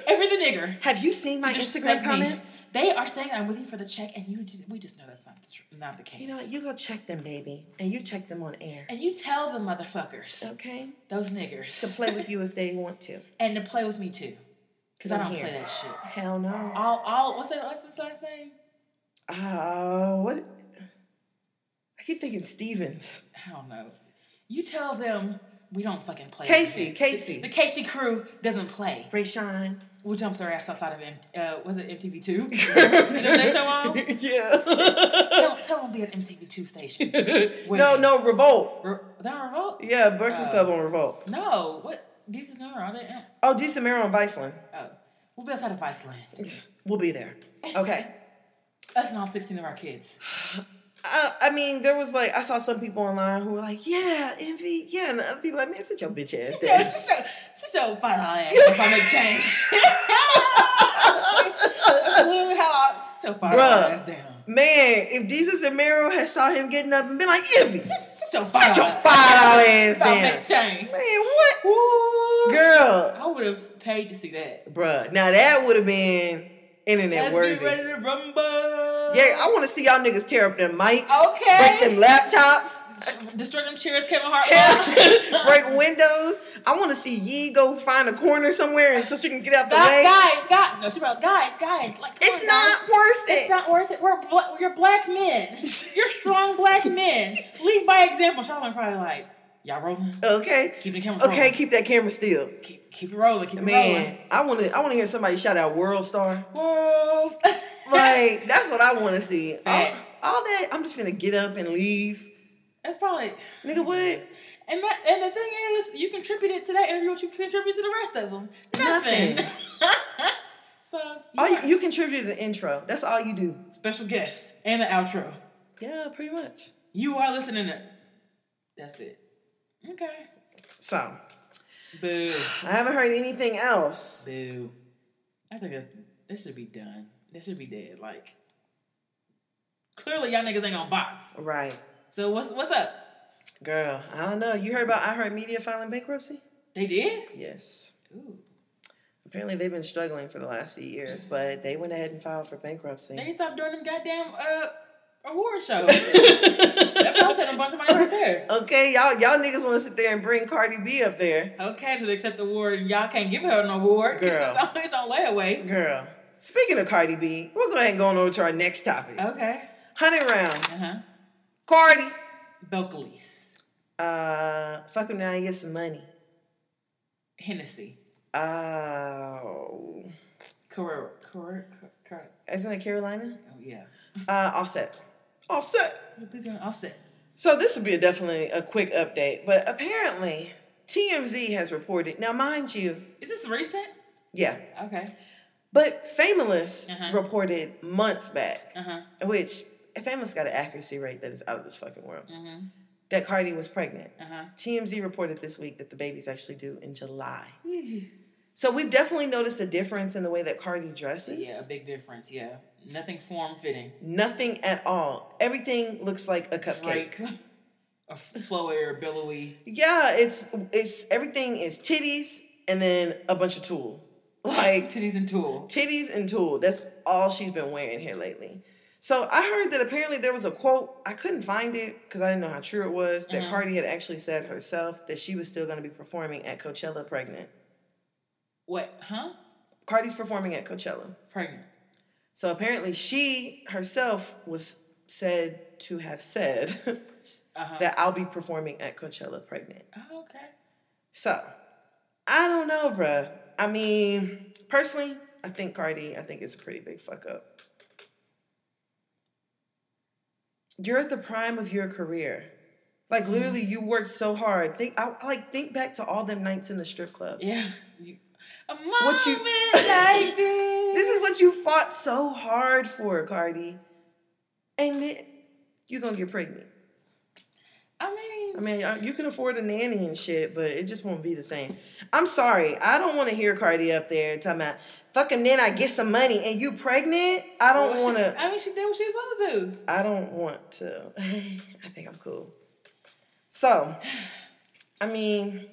A: every other nigger.
B: Have you seen my
A: Just
B: Instagram
A: like me.
B: comments?
A: They are saying I'm with you for the check, and you just, we just know that's not the tr- not the case.
B: You know what? You go check them, baby, and you check them on air.
A: and you tell the motherfuckers,
B: Okay?
A: those niggers,
B: To play with you if they want to.
A: and to play with me too, because I
B: I'm
A: don't
B: here.
A: play that shit.
B: Hell no.
A: All, all, what's that? What's his last name?
B: Uh, what? I keep thinking Stevens.
A: I don't know. You tell them we don't fucking play.
B: Casey,
A: with
B: Casey.
A: you. The Casey crew doesn't play.
B: Rayshawn.
A: We jump their ass outside of M- uh, was it MTV Two? that show on?
B: yes.
A: tell, tell them we'll be at MTV Two station.
B: no, no, Revolt.
A: Re- that revolt?
B: Yeah, Breakfast
A: Oh.
B: Club on Revolt.
A: No. What? This is not all that.
B: Oh, Decent Mirror on Viceland.
A: Oh, we'll be outside of Iceland.
B: We'll be there. Okay.
A: Us and all 16 of our kids.
B: Uh, I mean, there was like I saw some people online who were like, "Yeah, envy, yeah," and other people like, "Man, sit your bitch ass down."
A: Yeah, she should, she should fight her ass if I make change. That's literally how I she should fight her
B: Bruh.
A: ass down.
B: Man, if Jesus and Meryl had saw him getting up and been like, "Envy,
A: Sit- Sit your
B: sit
A: fight
B: your
A: her
B: fat ass
A: if I make
B: down,"
A: change.
B: man, what,
A: Woo.
B: girl,
A: I would have paid to see that.
B: bruh? Now that would have been internet
A: Let's get
B: worthy.
A: ready to rumble.
B: Yeah, I want to see y'all niggas tear up them mics,
A: Okay.
B: break them laptops.
A: Destroy them cheers, Kevin Hart.
B: Yeah. break windows. I want to see Yee go find a corner somewhere and so she can get out the way.
A: guys, guys, guys. No, she brought guys, guys. Like come
B: It's
A: on,
B: not
A: guys.
B: worth it.
A: It's not worth it. We're bla- you're black men. You're strong black men. Lead by example. Charlamagne probably like y'all rolling.
B: okay.
A: Keep the camera.
B: Okay,
A: rolling.
B: keep that camera still.
A: keep, keep it rolling. Keep it
B: Man, I want to. I want to hear somebody shout out "World Star."
A: rolling. Whoa.
B: Like that's what I want to see. All,
A: Facts.
B: all that. I'm just gonna get up and leave,
A: That's probably
B: nigga. What?
A: and that, and the thing is, you contributed to that interview, but you contributed to the rest of them. Nothing.
B: Nothing.
A: so
B: All you, you contributed to the intro. That's all you do.
A: special guest and the outro.
B: Yeah, pretty much.
A: You are listening to. That's it. Okay.
B: So
A: Boo.
B: I haven't heard anything else.
A: Boo. I think that's that should be done. That should be dead. Like clearly y'all niggas ain't gonna box.
B: Right,
A: So what's what's up?
B: girl. I don't know. You heard about I Heard Media filing bankruptcy?
A: They did?
B: Yes.
A: Ooh.
B: Apparently, they've been struggling for the last few years, but they went ahead and filed for
A: They
B: bankruptcy.
A: need to stop doing them goddamn uh award shows. that probably saved a bunch of money right there.
B: okay, y'all, y'all niggas want to sit there and bring Cardi B up there,
A: Okay, to accept the award and y'all can't give her an award because
B: Girl.
A: it's on, it's on layaway.
B: girl. Speaking of Cardi B, we'll go ahead and go on over to our next topic.
A: Okay.
B: Honey round,
A: Uh-huh.
B: Cardi.
A: Belcalis.
B: Uh, fuck him now, and get some money.
A: Hennessy.
B: Oh,
A: Carrera. Carrera. Carrera.
B: isn't it Carolina?
A: Oh yeah.
B: Uh, Offset. Offset.
A: Please don't offset.
B: So this will be a definitely a quick update, but apparently TMZ has reported. Now, mind you,
A: Is this recent?
B: yeah,
A: Okay.
B: But Famous
A: Uh-huh.
B: reported months back,
A: Uh huh.
B: which Famous got an accuracy rate that is out of this fucking world,
A: Mm
B: that Cardi was pregnant.
A: hmm. Uh
B: TMZ reported this week that the baby's actually due in July.
A: huh.
B: So we've definitely noticed a difference in the way that Cardi dresses.
A: Yeah, a big difference. Yeah, nothing form fitting.
B: Nothing at all. Everything looks like a
A: Like
B: cupcake.
A: a flowy or billowy.
B: Yeah, it's it's everything is titties and then a bunch of tulle. Like
A: titties and tulle.
B: titties and tulle. That's all she's been wearing here lately. So I heard that apparently there was a quote. I couldn't find it because I didn't know how true it was. That
A: Mhm.
B: Cardi had actually said herself that she was still going to be performing at Coachella pregnant.
A: What? Huh?
B: Cardi's performing at Coachella.
A: Pregnant.
B: So apparently she herself was said to have said
A: Uh huh.
B: that I'll be performing at Coachella pregnant.
A: Oh, okay.
B: So I don't know, bruh. I mean, personally, I think Cardi, I think it's a pretty big fuck up. You're at the prime of your career. Like literally, you worked so hard. Think I I, like think back to all them nights in the strip club.
A: Yeah. You, a moment
B: What you-
A: like this.
B: This is what you fought so hard for, Cardi. And then you're gonna get pregnant.
A: I mean,
B: I mean, uh, you can afford a nanny and shit, but it just won't be the same. I'm sorry. I don't want to hear Cardi up there talking about fucking then I get some money and you pregnant. I don't
A: well,
B: want
A: she-
B: to.
A: I mean, she did what she was supposed to do.
B: I don't want to. I think I'm cool. So, I mean,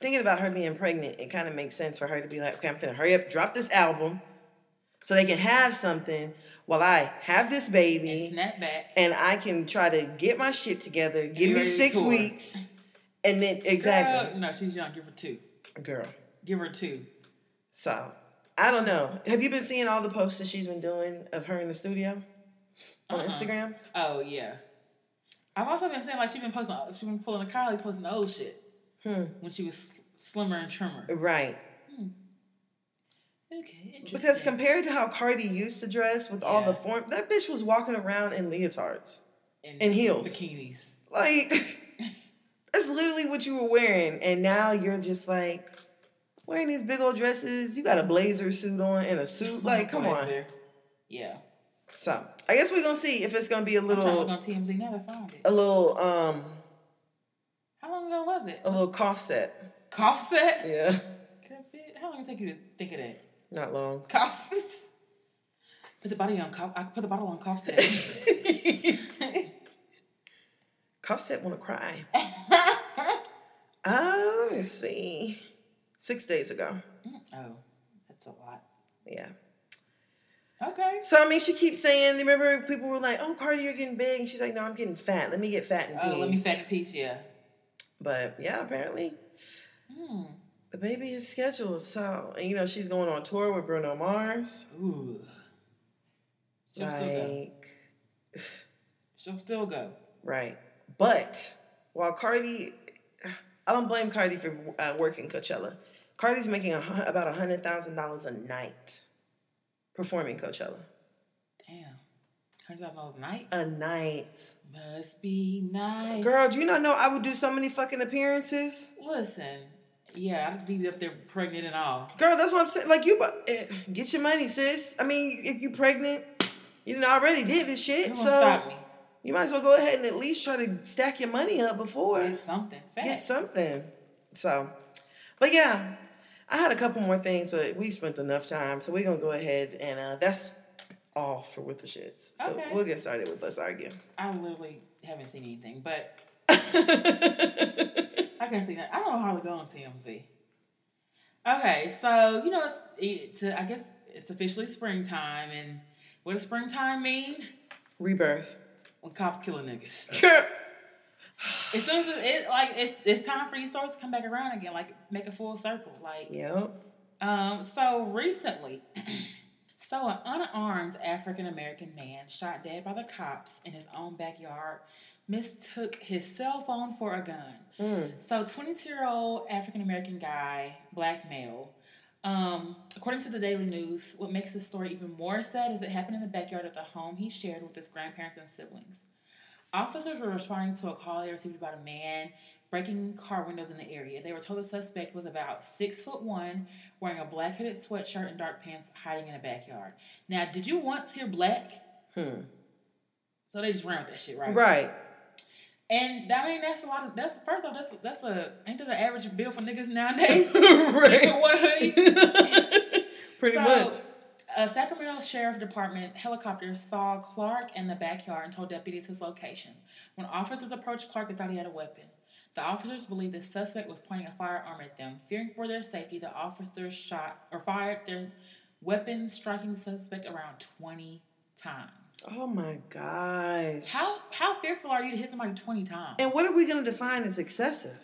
B: thinking about her being pregnant, it kind of makes sense for her to be like, okay, I'm going to hurry up, drop this album so they can have something while I have this baby
A: And snap back.
B: and I can try to get my shit together.
A: be
B: Give me
A: ready to
B: six
A: tour.
B: weeks, and then exactly,
A: Girl, no, she's young. Give her two.
B: girl.
A: Give her two.
B: So I don't know. Have you been seeing all the posts that she's been doing of her in the studio on
A: Uh-uh.
B: Instagram?
A: Oh yeah. I've also been saying like she been posting, uh, she been pulling a collie posting the old shit
B: Hmm.
A: when she was sl- slimmer and trimmer.
B: Right.
A: Okay, interesting.
B: Because compared to how Cardi used to dress with all the
A: Yeah.
B: form, that bitch was walking around in leotards,
A: and,
B: in heels.
A: bikinis.
B: like. That's literally what you were wearing, and now you're just like wearing these big old dresses. You got a blazer suit on and a suit. Like, come on.
A: Blazer. Yeah.
B: So I guess we're gonna see if it's gonna be a
A: I'm trying to look
B: little,
A: on TMZ now to find it.
B: a little, um,
A: How long ago was it?
B: a little cough set.
A: Oh. Cough set?
B: Yeah,
A: Could be- How long did it take you to think of that?
B: not long.
A: Cough set? Put the body on cough. I put the bottle on cough set.
B: cough set wanna cry. Uh, let me see. Six days ago.
A: oh, that's a lot.
B: Yeah.
A: Okay.
B: So I mean, she keeps saying. Remember, people were like, "Oh, Cardi, you're getting big," and she's like, "No, I'm getting fat. Let me get fat and
A: Oh, let me fat in peace, yeah.
B: But yeah, apparently
A: Hmm.
B: the baby is scheduled. So and you know, she's going on tour with Bruno Mars.
A: Ooh. She'll still go.
B: like,
A: She'll still go.
B: right. But while Cardi, I don't blame Cardi for uh, working Coachella. Cardi's making a, hun- about a hundred thousand dollars a night performing Coachella.
A: Damn. Hundred thousand dollars a night
B: A night,
A: must be nice.
B: girl. Do you not know I would do so many fucking appearances?
A: Listen, yeah, I'd be up there pregnant and all.
B: Girl, that's what I'm saying. Like you, bu- eh, get your money, sis. I mean, if you pregnant, you done already did this
A: You
B: shit,
A: won't
B: so
A: stop me.
B: you might as well go ahead and at least try to stack your money up before
A: Get something
B: get
A: fast.
B: something. So, but yeah, I had a couple more things, but we've spent enough time, so we're gonna go ahead and uh, that's all for with the shits. So
A: Okay.
B: we'll get started with let's argue.
A: I literally haven't seen anything, but
B: right.
A: I can't see that. I don't know how to go on TMZ. Okay, so you know, it's, it's I guess it's officially springtime, and what does springtime mean?
B: Rebirth.
A: When cops killing niggas.
B: Girl,
A: As soon as it, it like it's it's time for these stories to come back around again, like make a full circle, like.
B: Yep.
A: Um, so recently, so an unarmed African American man shot dead by the cops in his own backyard mistook his cell phone for a gun.
B: Mm.
A: So 22 year old African American guy, black male. Um, according to the Daily News, what makes this story even more sad is it happened in the backyard of the home he shared with his grandparents and siblings. Officers were responding to a call they received about a man breaking car windows in the area. They were told the suspect was about six foot one, wearing a black hooded sweatshirt and dark pants, hiding in a backyard. Now, did you once hear black?
B: Hmm.
A: So they just ran with that shit, right?
B: Right.
A: And I mean, that's a lot of. That's first off, that's that's a ain't that the average bill for niggas nowadays? Six foot one hoodie.
B: Pretty much.
A: A Sacramento Sheriff Department helicopter saw Clark in the backyard and told deputies his location. When officers approached Clark, they thought he had a weapon. The officers believed the suspect was pointing a firearm at them. Fearing for their safety, the officers shot or fired their weapons, striking the suspect around 20 times.
B: Oh my gosh.
A: How how fearful are you to hit somebody 20 times?
B: And what are we going to define as excessive?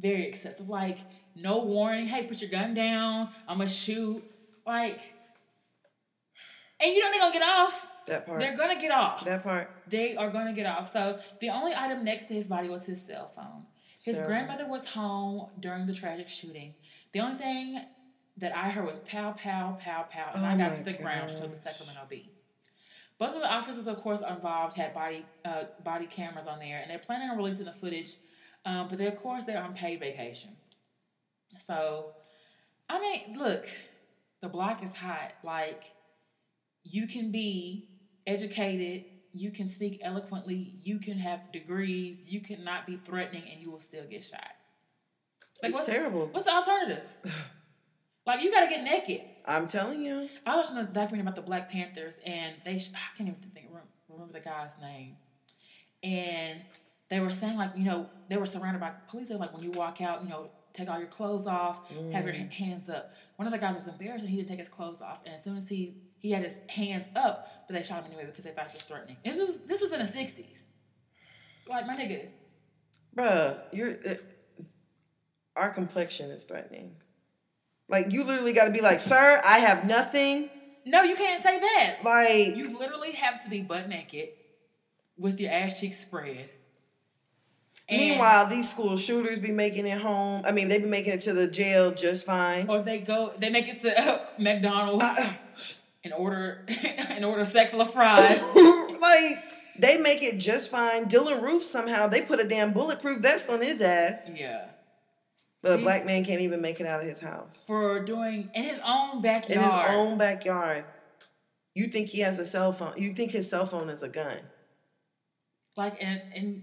A: very excessive. Like no warning. Hey, put your gun down. I'ma shoot. Like, and you know they're gonna get off.
B: That part.
A: They're gonna get off.
B: That part.
A: They are gonna get off. So the only item next to his body was his cell phone. His
B: Cell
A: grandmother was home during the tragic shooting. The only thing that I heard was pow, pow, pow, pow, and I
B: Oh
A: got
B: my
A: to the ground. She told the
B: gosh.
A: Sacramento Bee. Both of the officers, of course, involved had body uh, body cameras on there, and they're planning on releasing the footage. Um, but they, of course, they're on paid vacation. So, I mean, look, the block is hot. Like, you can be educated, you can speak eloquently, you can have degrees, you can not be threatening, and you will still get shot. Like,
B: it's
A: what's,
B: terrible.
A: what's the alternative? like, you gotta get naked.
B: I'm telling you.
A: I watched a documentary about the Black Panthers, and they sh- I can't even think rem- remember the guy's name, and they were saying like you know they were surrounded by police. They're like when you walk out, you know take all your clothes off, have
B: Mm.
A: your h- hands up. One of the guys was embarrassed and he didn't take his clothes off, and as soon as he he had his hands up, but they shot him anyway because they thought it was threatening. And this was this was in the sixties. Like my nigga,
B: Bruh, you're, uh, our complexion is threatening. Like, you literally got to be like, sir, I have nothing.
A: no, you can't say that.
B: Like,
A: You literally have to be butt naked with your ass cheeks spread. And-
B: meanwhile, these school shooters be making it home. I mean, they be making it to the jail just fine.
A: Or they go, they make it to uh, McDonald's and order and order a sack full of fries.
B: like, they make it just fine. Dylan Roof somehow, they put a damn bulletproof vest on his ass.
A: yeah,
B: But a black man can't even make it out of his house.
A: for doing in his own
B: In
A: backyard.
B: his own backyard. You think he has a cell phone? You think his cell phone is a gun?
A: Like and and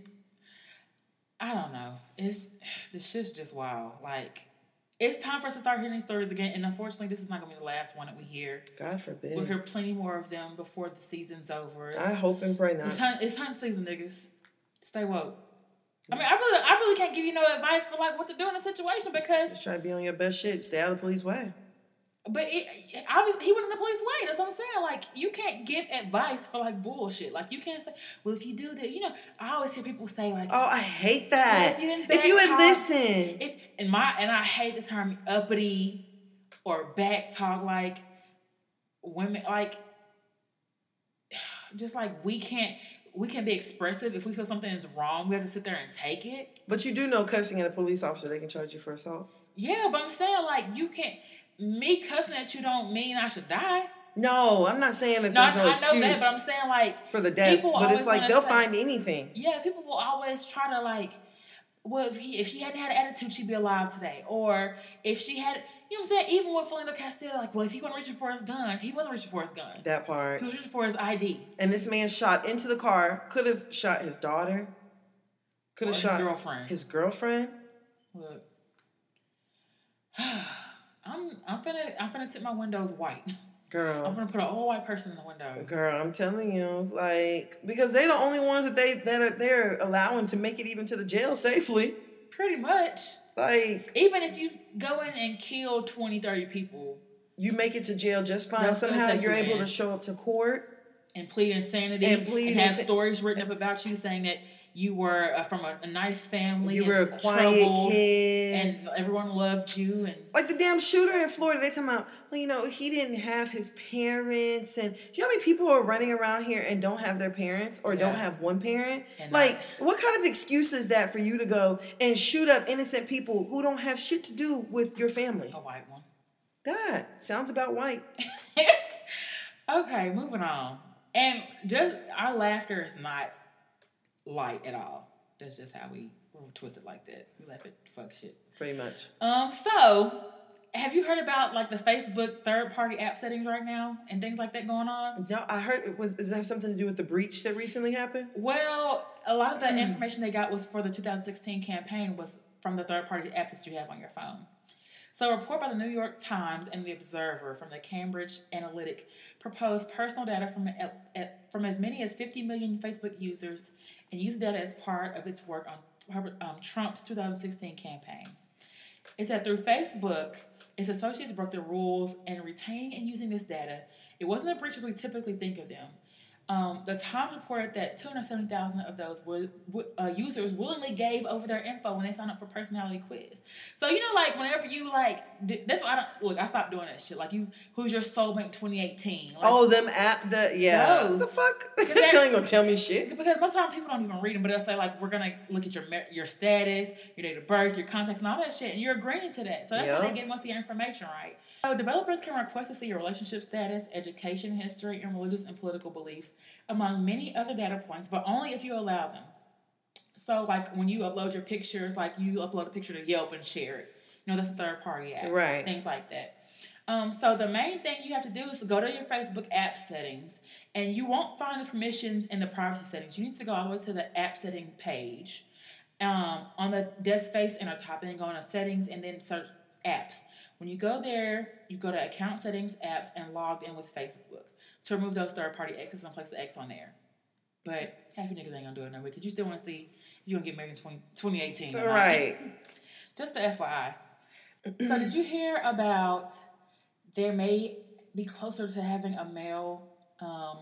A: I don't know. It's the shit's just wild. Like it's time for us to start hearing these stories again. And unfortunately, this is not gonna be the last one that we hear.
B: God
A: We'll
B: forbid.
A: hear plenty more of them before the season's over.
B: I hope and pray
A: It's
B: not.
A: hunt, it's hunt season, niggas. Stay woke. I mean, I really, I really can't give you no advice for like what to do in a situation because,
B: Just try to be on your best shit. Stay out of the police way.
A: but it, obviously he went in the police way. That's what I'm saying. Like you can't give advice for like bullshit. Like you can't say, well, if you do that, you know, I always hear people say like,
B: Oh, I hate
A: Well,
B: that.
A: if you didn't
B: If you would
A: backtalk-
B: listen,
A: if and my and I hate the term uppity or back talk like women like just like we can't we can be expressive if we feel something is wrong we have to sit there and take it
B: but you do know cussing at a police officer, they can charge you for assault.
A: yeah but I'm saying like you can't me cussing at you don't mean I should die
B: No, I'm not saying that
A: no I,
B: there's no
A: I know that
B: excuse
A: but I'm saying like
B: for the death,
A: people
B: but
A: always
B: it's like
A: wanna
B: they'll
A: say-
B: find anything.
A: yeah people will always try to like well if, he, if she hadn't had an attitude she'd be alive today or if she had you know what i'm saying even with philando castillo like well if he wasn't reaching for his gun he wasn't reaching for his gun
B: That part.
A: he was reaching for his id
B: And this man shot into the car, could have shot his daughter, could
A: or
B: have
A: his
B: shot
A: girlfriend
B: his girlfriend.
A: Look. i'm i'm finna i'm finna tip my windows white i'm
B: Girl,
A: gonna put an old white person in the window
B: girl, I'm telling you, like, because they're the only ones that they that are they're allowing to make it even to the jail safely.
A: pretty much
B: Like,
A: even if you go in and kill 20 30 people
B: you make it to jail just fine.
A: That's gonna
B: Somehow
A: take
B: you're
A: you
B: able
A: in.
B: to show up to court.
A: and plead insanity
B: And
A: and,
B: plead
A: have
B: insa-
A: stories written up about you saying that you were uh, from a, a nice family.
B: You
A: and
B: were a quiet
A: troubled
B: kid.
A: and everyone loved you. And
B: like the damn shooter in Florida, they talking about, well, you know, he didn't have his parents, and do you know how many people are running around here and don't have their parents or don't
A: Yeah.
B: have one parent?
A: And
B: like, what kind of excuse is that for you to go and shoot up innocent people who don't have shit to do with your family?
A: a white one.
B: That sounds about white.
A: Okay, moving on. And just our laughter is not light at all. That's just how we we're twisted like that. We laugh at fuck shit.
B: Pretty much.
A: Um. So, have you heard about like the Facebook third party app settings right now and things like that going on?
B: No, I heard it was. Does that have something to do with the breach that recently happened?
A: Well, a lot of the information they got was for the 2016 campaign was from the third party app that you have on your phone. So, a report by the New York Times and the Observer from the Cambridge Analytic proposed personal data from at- at- from as many as 50 million Facebook users and used data as part of its work on Herbert- um, Trump's 2016 campaign. It said through Facebook, its associates broke the rules and retaining and using this data. It wasn't a breach as we typically think of them. Um, the Times reported that 270,000 of those were, were, uh, users willingly gave over their info when they signed up for personality quiz. So you know, like whenever you like, d- that's why I don't look. I stopped doing that shit. Like you, who's your soulmate 2018? Like,
B: oh, them at the yeah.
A: No.
B: The fuck? you
A: that-
B: ain't gonna tell me shit.
A: because most of the time people don't even read them, but they'll say like, "We're gonna look at your mer- your status, your date of birth, your contacts, and all that shit," and you're agreeing to that. So that's how
B: Yeah.
A: they get most of your information right. So developers can request to see your relationship status, education history, and religious and political beliefs, among many other data points, but only if you allow them. So like when you upload your pictures, like you upload a picture to Yelp and share it. You know that's a third party app,
B: Right.
A: Things like that. Um, so the main thing you have to do is go to your Facebook app settings, and you won't find the permissions in the privacy settings. You need to go all the way to the app setting page. Um, on the desk space and top, and then go into settings and then search apps. When you go there, you go to account settings, apps, and logged in with Facebook to remove those third party X's and place the X on there. But half you niggas ain't gonna do it no way because you still wanna see if you gonna get married in 20, 2018. or not.
B: Right.
A: Just the FYI. so, did you hear about there may be closer to having a male um,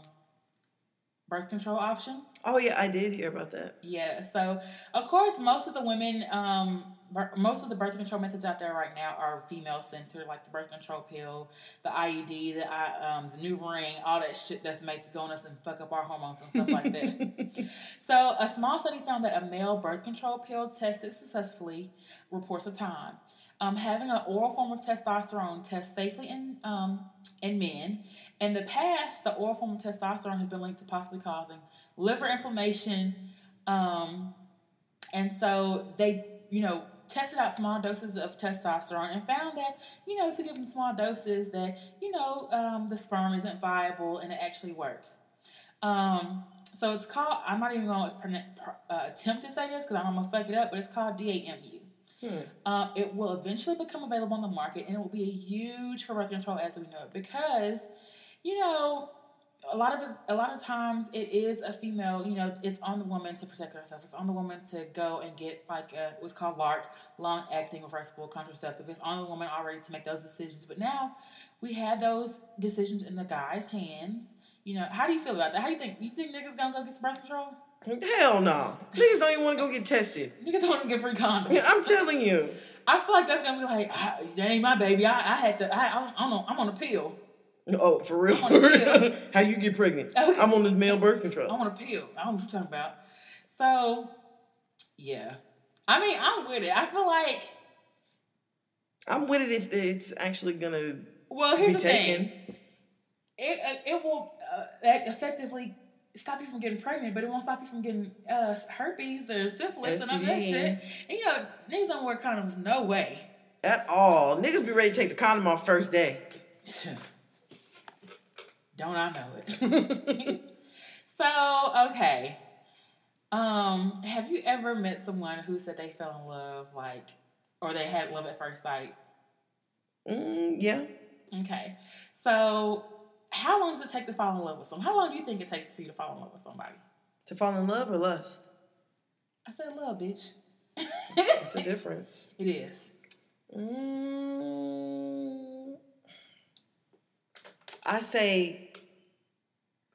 A: birth control option?
B: Oh yeah, I did hear about that.
A: Yeah. So, of course, most of the women, um, bir- most of the birth control methods out there right now are female centered, like the birth control pill, the IUD, the I, um, the new ring, all that shit that's made to go on us and fuck up our hormones and stuff like that. so, a small study found that a male birth control pill tested successfully reports a time. Um, having an oral form of testosterone tests safely in um, in men. In the past, the oral form of testosterone has been linked to possibly causing liver inflammation, um, and so they, you know, tested out small doses of testosterone and found that, you know, if we give them small doses, that, you know, um, the sperm isn't viable and it actually works. Um, so it's called, I'm not even going to uh, attempt to say this because I'm going to fuck it up, but it's called DAMU. Hmm. Um, it will eventually become available on the market and it will be a huge for birth control as we know it because, you know, a lot of a lot of times it is a female you know it's on the woman to protect herself it's on the woman to go and get like a, what's called larc long acting reversible contraceptive it's on the woman already to make those decisions but now we had those decisions in the guy's hands you know how do you feel about that how do you think you think niggas gonna go get some birth control
B: hell no niggas don't even want to go get tested
A: niggas don't want to get free condoms
B: yeah, i'm telling you
A: i feel like that's gonna be like that ain't my baby i, I had to I, I'm, on, I'm on a pill
B: Oh, for real? How you get pregnant? Okay. I'm on this male birth control.
A: I want a pill. I don't know what you're talking about. So, yeah. I mean, I'm with it. I feel like
B: I'm with it if it's actually gonna.
A: Well, here's the taken. thing. It it will uh, effectively stop you from getting pregnant, but it won't stop you from getting uh, herpes or syphilis STDs. and all that shit. And you know, niggas don't wear condoms no way.
B: At all, niggas be ready to take the condom off first day.
A: Don't I know
B: Mm,
A: it? so, okay. Um, have you ever met someone who said they fell in love, like, or they had love at first sight?
B: Mm, yeah.
A: Okay. So, how long does it take to fall in love with someone? How long do you think it takes for you to fall in love with somebody?
B: To fall in love or lust?
A: I said love, bitch.
B: it's a difference.
A: It is.
B: Mm, I say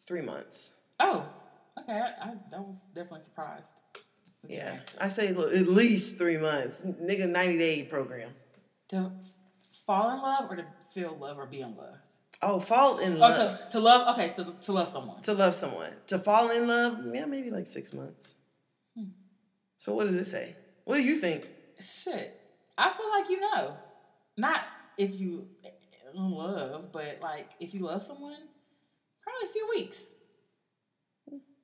B: three months.
A: Oh, okay. I, I that was definitely surprised.
B: Yeah, I say look, at least three months, nigga. Ninety day program
A: to fall in love or to feel love or be in love.
B: Oh, fall in love.
A: Oh, to, to love. Okay, so to love someone.
B: To love someone. To fall in love. Yeah, maybe like six months. Hmm. So what does it say? What do you think?
A: Shit, I feel like you know. Not if you love, but like if you love someone, probably a few weeks.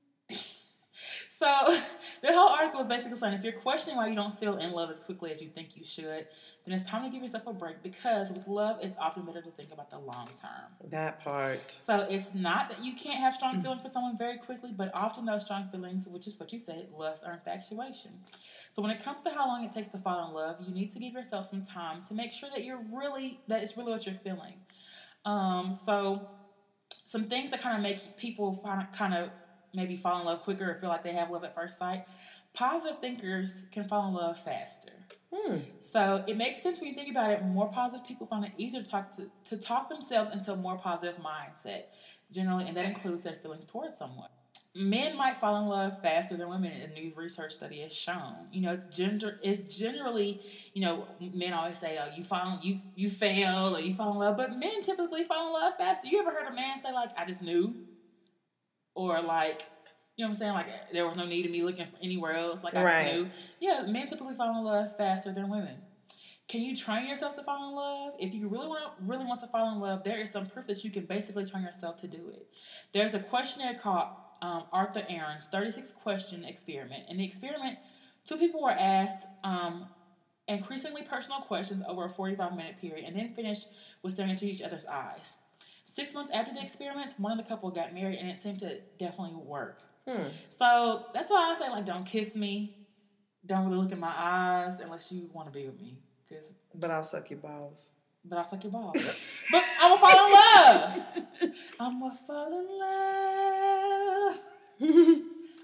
A: so the whole article is basically saying if you're questioning why you don't feel in love as quickly as you think you should, then it's time to give yourself a break because with love, it's often better to think about the long term.
B: That part.
A: So it's not that you can't have strong feelings for someone very quickly, but often those strong feelings, which is what you said, lust or infatuation. So when it comes to how long it takes to fall in love, you need to give yourself some time to make sure that you're really that it's really what you're feeling. Um, so some things that kind of make people find, kind of maybe fall in love quicker or feel like they have love at first sight. Positive thinkers can fall in love faster. Hmm. So it makes sense when you think about it. More positive people find it easier to talk to, to talk themselves into a more positive mindset generally, and that includes their feelings towards someone men might fall in love faster than women a new research study has shown you know it's gender it's generally you know men always say oh you fall you you fail or you fall in love but men typically fall in love faster you ever heard a man say like i just knew or like you know what I'm saying? Like there was no need of me looking anywhere else. Like I right. just knew. Yeah, men typically fall in love faster than women. Can you train yourself to fall in love? If you really want to, really want to fall in love, there is some proof that you can basically train yourself to do it. There's a questionnaire called um, Arthur Aaron's 36 question experiment. In the experiment, two people were asked um, increasingly personal questions over a 45 minute period and then finished with staring into each other's eyes. Six months after the experiments, one of the couple got married and it seemed to definitely work. Hmm. So that's why I say, like, don't kiss me. Don't really look in my eyes unless you want to be with me. Cause,
B: but I'll suck your balls.
A: But I'll suck your balls. but I'm going to fall in love. I'm going to fall in love.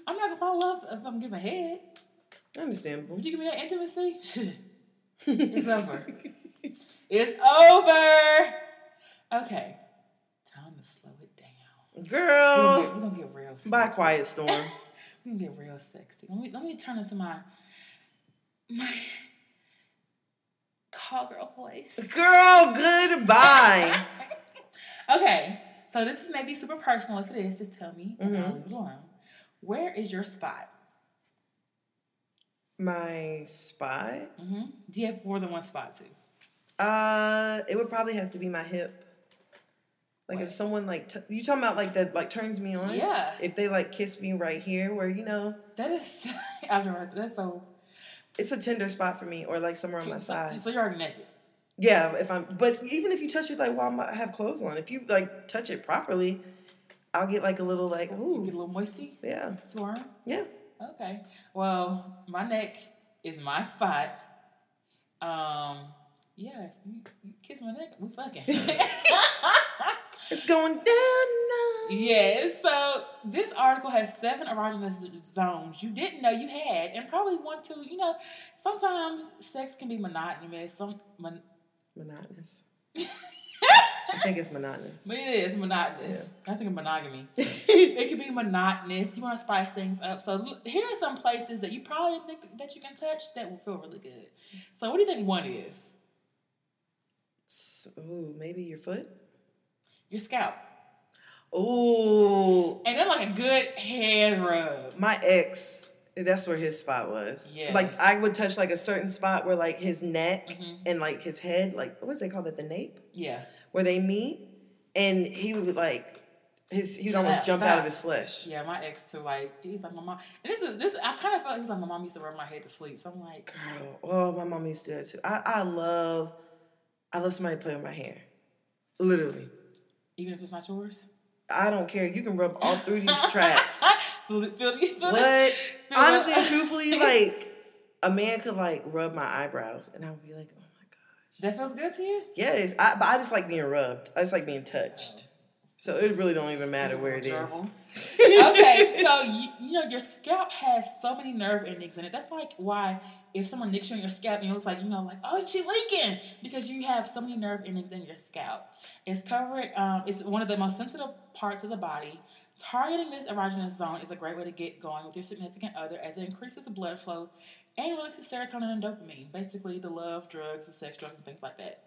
A: I'm not gonna fall in love if I'm giving head.
B: Understandable.
A: Would you give me that intimacy? it's over. it's over. Okay. Time to slow it down.
B: Girl.
A: We're gonna get, we're gonna get real sexy.
B: By quiet storm.
A: we're gonna get real sexy. Let me let me turn into my my call girl voice.
B: Girl, goodbye.
A: okay. So this is maybe super personal. If it is, just tell me and mm-hmm. I'll leave it alone. Where is your spot?
B: My spot?
A: Mm-hmm. Do you have more than one spot too?
B: Uh, it would probably have to be my hip. Like what? if someone like t- you talking about like that like turns me on.
A: Yeah.
B: If they like kiss me right here, where you know
A: that is, I've never that's so.
B: It's a tender spot for me, or like somewhere on my
A: so,
B: side.
A: So you're already naked.
B: Yeah, if I'm, but even if you touch it like while I'm- I have clothes on, if you like touch it properly, I'll get like a little like
A: you get
B: ooh,
A: a little moisty,
B: yeah,
A: swarm.
B: yeah.
A: Okay. Well, my neck is my spot. Um, yeah, if you, you kiss my neck, we fucking.
B: It's going down. now.
A: yes. So this article has seven erogenous zones you didn't know you had, and probably want to. You know, sometimes sex can be monotonous. Some, mon-
B: Monotonous. I think it's monotonous.
A: but it is monotonous. I think of monogamy.
B: yeah,
A: It can be monotonous. You want to spice things up. So l- here are some places that you probably didn't think that you can touch that will feel really good. So what do you think one is?
B: S- ooh, maybe your foot.
A: Your scalp.
B: Ooh,
A: And then like a good hand rub.
B: my ex. That's where his spot was.
A: Yes.
B: Like I would touch like a certain spot where like his neck
A: Mhm.
B: and like his head, like what's they call that? The nape.
A: Yeah.
B: where they meet, and he would like his he would
A: Jump
B: almost
A: out,
B: jump
A: stop.
B: out of his flesh.
A: Yeah, my ex too, like, he's like my mom. And this is this I kind of felt he's like my mom used to rub my head to sleep. So I'm like,
B: Girl, oh my mom used to do that too. I, I love I love somebody to play with my hair. Literally.
A: even if it's not yours.
B: I don't care. You can rub all through these tracks.
A: feel it, feel it, feel it.
B: What?
A: Feel
B: Honestly
A: it.
B: and truthfully, like a man could like rub my eyebrows and I would be like, oh my god.
A: That feels good to you?
B: Yes, I, but I just like being rubbed. I just like being touched. So it really don't even matter where it is.
A: Gerbil. okay, so you, you know your scalp has so many nerve endings in it. That's like why if someone nicks you on your scalp and it looks like you know like oh she leaking because you have so many nerve endings in your scalp. It's covered. Um, it's one of the most sensitive parts of the body. Targeting this erogenous zone is a great way to get going with your significant other as it increases the blood flow and releases serotonin and dopamine. Basically, the love, drugs, the sex, drugs, and things like that.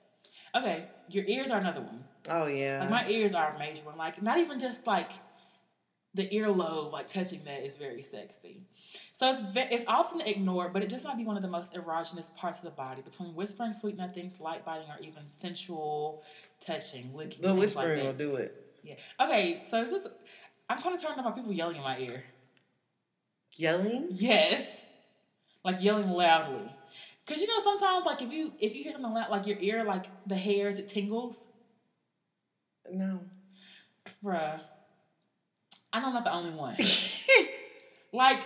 A: Okay, your ears are another one.
B: Oh yeah.
A: Like my ears are a major one. Like not even just like the earlobe, like touching that is very sexy. So it's ve- it's often ignored, but it just might be one of the most erogenous parts of the body. Between whispering, sweet nothings, light biting, or even sensual touching, licking.
B: the
A: things
B: whispering
A: Like that.
B: will do it.
A: Yeah. Okay. So is this? I'm kind of turned on by people yelling in my ear.
B: Yelling?
A: Yes. Like yelling loudly. Cause you know sometimes like if you if you hear something loud like your ear like the hairs it tingles.
B: No.
A: Bruh, I know I'm not the only one. like,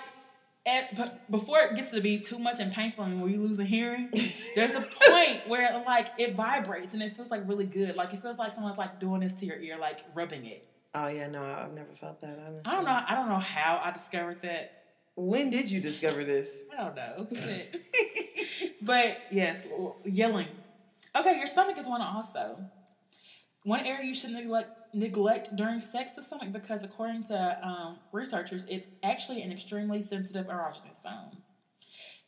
A: at, b- before it gets to be too much and painful and where you lose a hearing, there's a point where like it vibrates and it feels like really good. Like it feels like someone's like doing this to your ear, like rubbing it.
B: Oh yeah, no, I've never felt that. Honestly.
A: I don't know. I don't know how I discovered that.
B: When did you discover this?
A: I don't know. Shit. but yes, l- yelling. Okay, your stomach is one also. One area you should neglect neglect during sex is stomach because according to um, researchers, it's actually an extremely sensitive erogenous zone.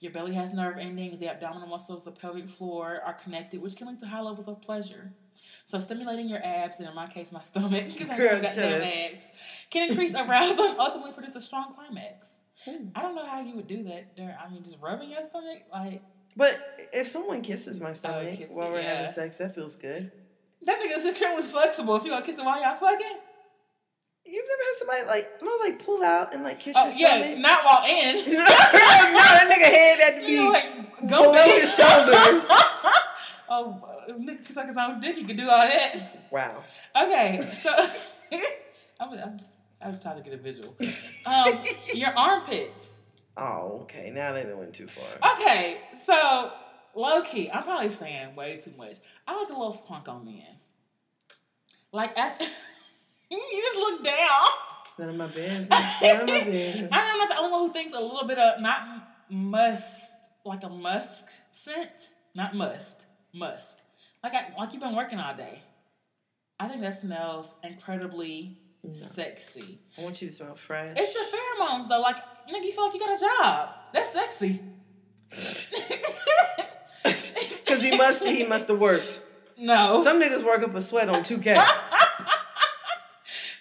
A: Your belly has nerve endings, the abdominal muscles, the pelvic floor are connected, which can lead to high levels of pleasure. So stimulating your abs, and in my case, my stomach, because I
B: Girl,
A: got
B: shut
A: damn
B: up.
A: abs, can increase arousal and ultimately produce a strong climax.
B: Hmm.
A: I don't know how you would do that. During, I mean, just rubbing your stomach, like
B: But if someone kisses my stomach
A: Oh, kiss
B: while
A: me,
B: we're
A: yeah.
B: having sex, that feels good.
A: That nigga's extremely flexible. If you gonna kiss it while y'all fucking,
B: You've never had somebody like no, like pull out and like kiss
A: oh
B: your
A: yeah,
B: stomach.
A: not while in.
B: no, that nigga head had to
A: You
B: be
A: know, like go
B: below
A: back.
B: his shoulders.
A: Oh, uh, nigga can suck his own dick. He can do all that.
B: wow.
A: Okay, so I'm, I'm just I'm trying to get a visual. Um, your armpits.
B: Oh, okay. Now they done went too far.
A: Okay, so low key, I'm probably saying way too much. I like a little funk on men. Like after you just look down.
B: It's none of my business. None of my business.
A: I know I'm not the only one who thinks a little bit of not musk, like a musk scent, not must, musk. Like I, like you've been working all day. I think that smells incredibly
B: No.
A: sexy.
B: I want you to smell fresh.
A: It's the pheromones though. Like nigga, you feel like you got a job. That's sexy.
B: Cause he must he must have worked.
A: No,
B: Some niggas work up a sweat on 2K.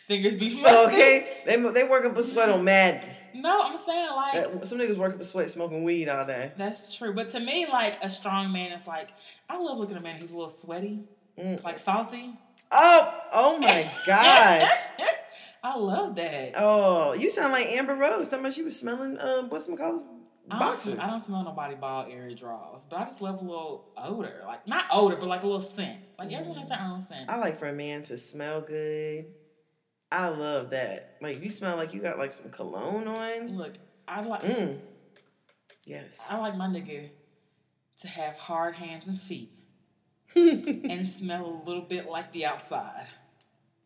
A: fingers be musty.
B: okay? They they work up a sweat on Madden.
A: No, I'm saying like
B: That- some niggas work up a sweat smoking weed all day.
A: That's true. But to me, like a strong man is like I love looking at a man who's a little sweaty,
B: Mm.
A: like salty.
B: Oh, oh my gosh.
A: I love that.
B: Oh, you sound like Amber Rose. Talking about she was smelling um what's some
A: I don't, sm- I don't smell nobody ball area draws, but I just love a little odor. Like, not odor, but like a little scent. Like, everyone has their own scent.
B: I like for a man to smell good. I love that. Like you smell like you got like some cologne on.
A: Look, I like
B: Mm. Yes.
A: I like my nigga to have hard hands and feet and smell a little bit like the outside.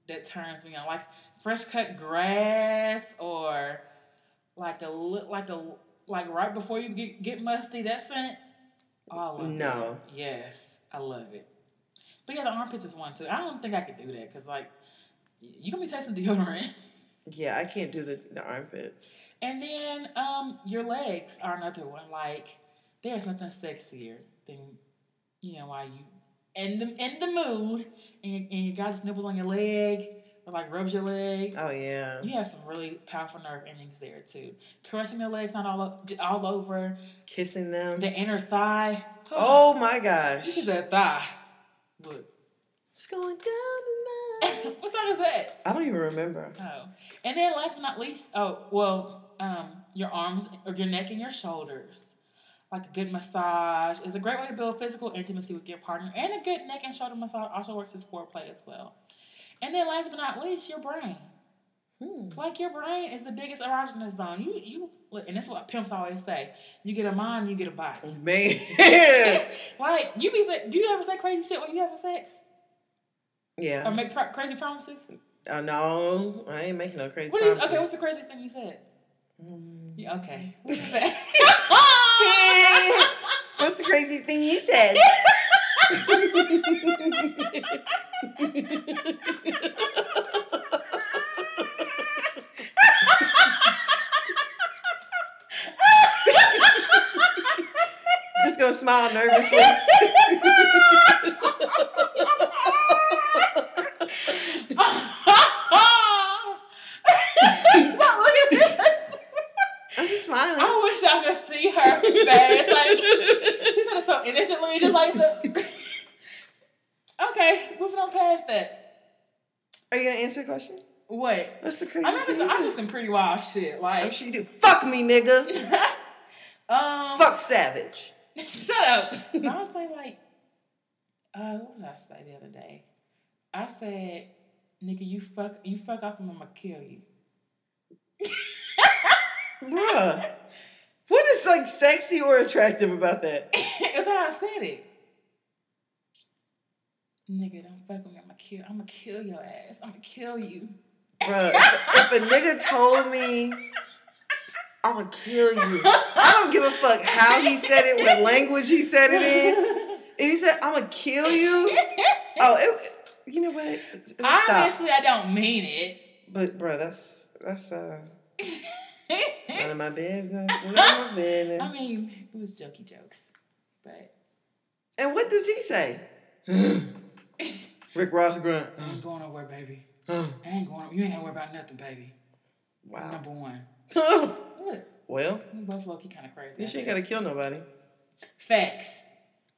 A: That turns me on. Like fresh cut grass or like a li- like a like right before you get, get musty, that scent. Oh, I love
B: No.
A: it. Yes, I love it. But yeah, the armpits is one too. I don't think I could do that because like y- you gonna be tasting deodorant.
B: yeah, I can't do the, the armpits.
A: And then um, your legs are another one. Like there's nothing sexier than you know while you in the in the mood and you, and you got just nibbles on your leg or like rubs your leg.
B: Oh yeah.
A: You have some really powerful nerve endings there too. Caressing your legs, not all o- j- all over
B: Kissing them.
A: the inner thigh.
B: oh my
A: this
B: gosh.
A: is that thigh. Look,
B: It's going down tonight.
A: what song is that?
B: I don't even remember.
A: Oh, and then last but not least, oh well, um, your arms or your neck and your shoulders, like a good massage, is a great way to build physical intimacy with your partner. And a good neck and shoulder massage also works as foreplay as well. And then last but not least, your brain.
B: Hmm.
A: Like your brain is the biggest erogenous zone. You you look, and that's what pimps always say. You get a mind, you get a body.
B: Man.
A: Like you be say, do you ever say crazy shit when you having sex or
B: yeah.
A: make pro- crazy promises?
B: Uh, no, I ain't making no crazy.
A: What is okay? What's
B: promises. Mm.
A: the craziest thing you said? Yeah, okay.
B: What's the craziest thing you said? Just gonna smile nervously. I'm just smiling.
A: I wish y'all could see her face. Like she said it so innocently, just like so. okay, moving on past that.
B: Are you gonna answer the question?
A: What?
B: What's the craziest
A: I'm not
B: thing?
A: just.
B: you
A: I
B: said?
A: do some pretty wild shit.
B: I'm
A: Like,
B: sure you do. Fuck me, nigga.
A: um,
B: Fuck savage.
A: Shut up. And I was like, like, uh, what did I say the other day? I said, nigga, you fuck, you fuck off, and I'ma kill you.
B: Bruh. What is like sexy or attractive about that?
A: That's how I said it. Nigga, don't fuck with me. I'ma kill. I'ma kill your ass. I'ma kill you.
B: Bruh. If a nigga told me I'm gonna kill you. I don't give a fuck how he said it, what language he said it in. If he said, I'm gonna kill you, oh, it, you know what? Stop.
A: Obviously, I don't mean it.
B: But, bruh, that's, that's, uh, none of my business. None of my business.
A: I mean, it was jokey jokes, but
B: And what does he say? Rick Ross grunt.
A: I ain't going nowhere, baby. I ain't going. You ain't gotta worry about nothing, baby.
B: wow.
A: Number one. Look,
B: well,
A: we both low kind of crazy.
B: you
A: I
B: shouldn't
A: guess.
B: gotta kill nobody.
A: Facts.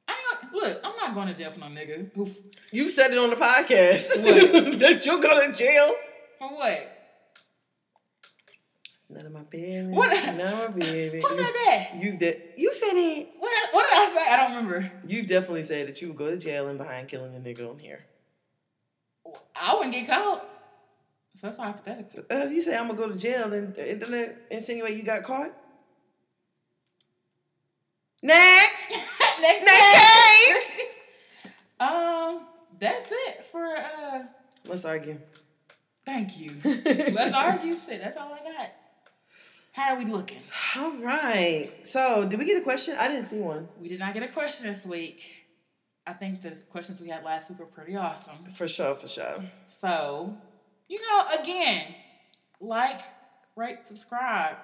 A: I ain't gonna, look, I'm not going to jail for no nigga. Who, f-
B: You said it on the podcast
A: What?
B: that you'll go to jail.
A: for what?
B: None of my business.
A: What?
B: None of my business.
A: Who said that?
B: You de- you said it.
A: What, what did I say? I don't remember.
B: You definitely said that you would go to jail and behind killing a nigga on here.
A: I wouldn't get caught. So that's hypothetical.
B: Uh, if you say I'm gonna go to jail, then it doesn't insinuate you got caught. Next.
A: Next,
B: Next
A: case. um, that's it for, uh,
B: Let's argue.
A: thank you. Let's argue shit. That's all I got. How are we looking?
B: All right. So, did we get a question? I didn't see one
A: We did not get a question this week. I think the questions we had last week were pretty awesome.
B: for sure. For sure.
A: So, you know, again, like, rate, subscribe,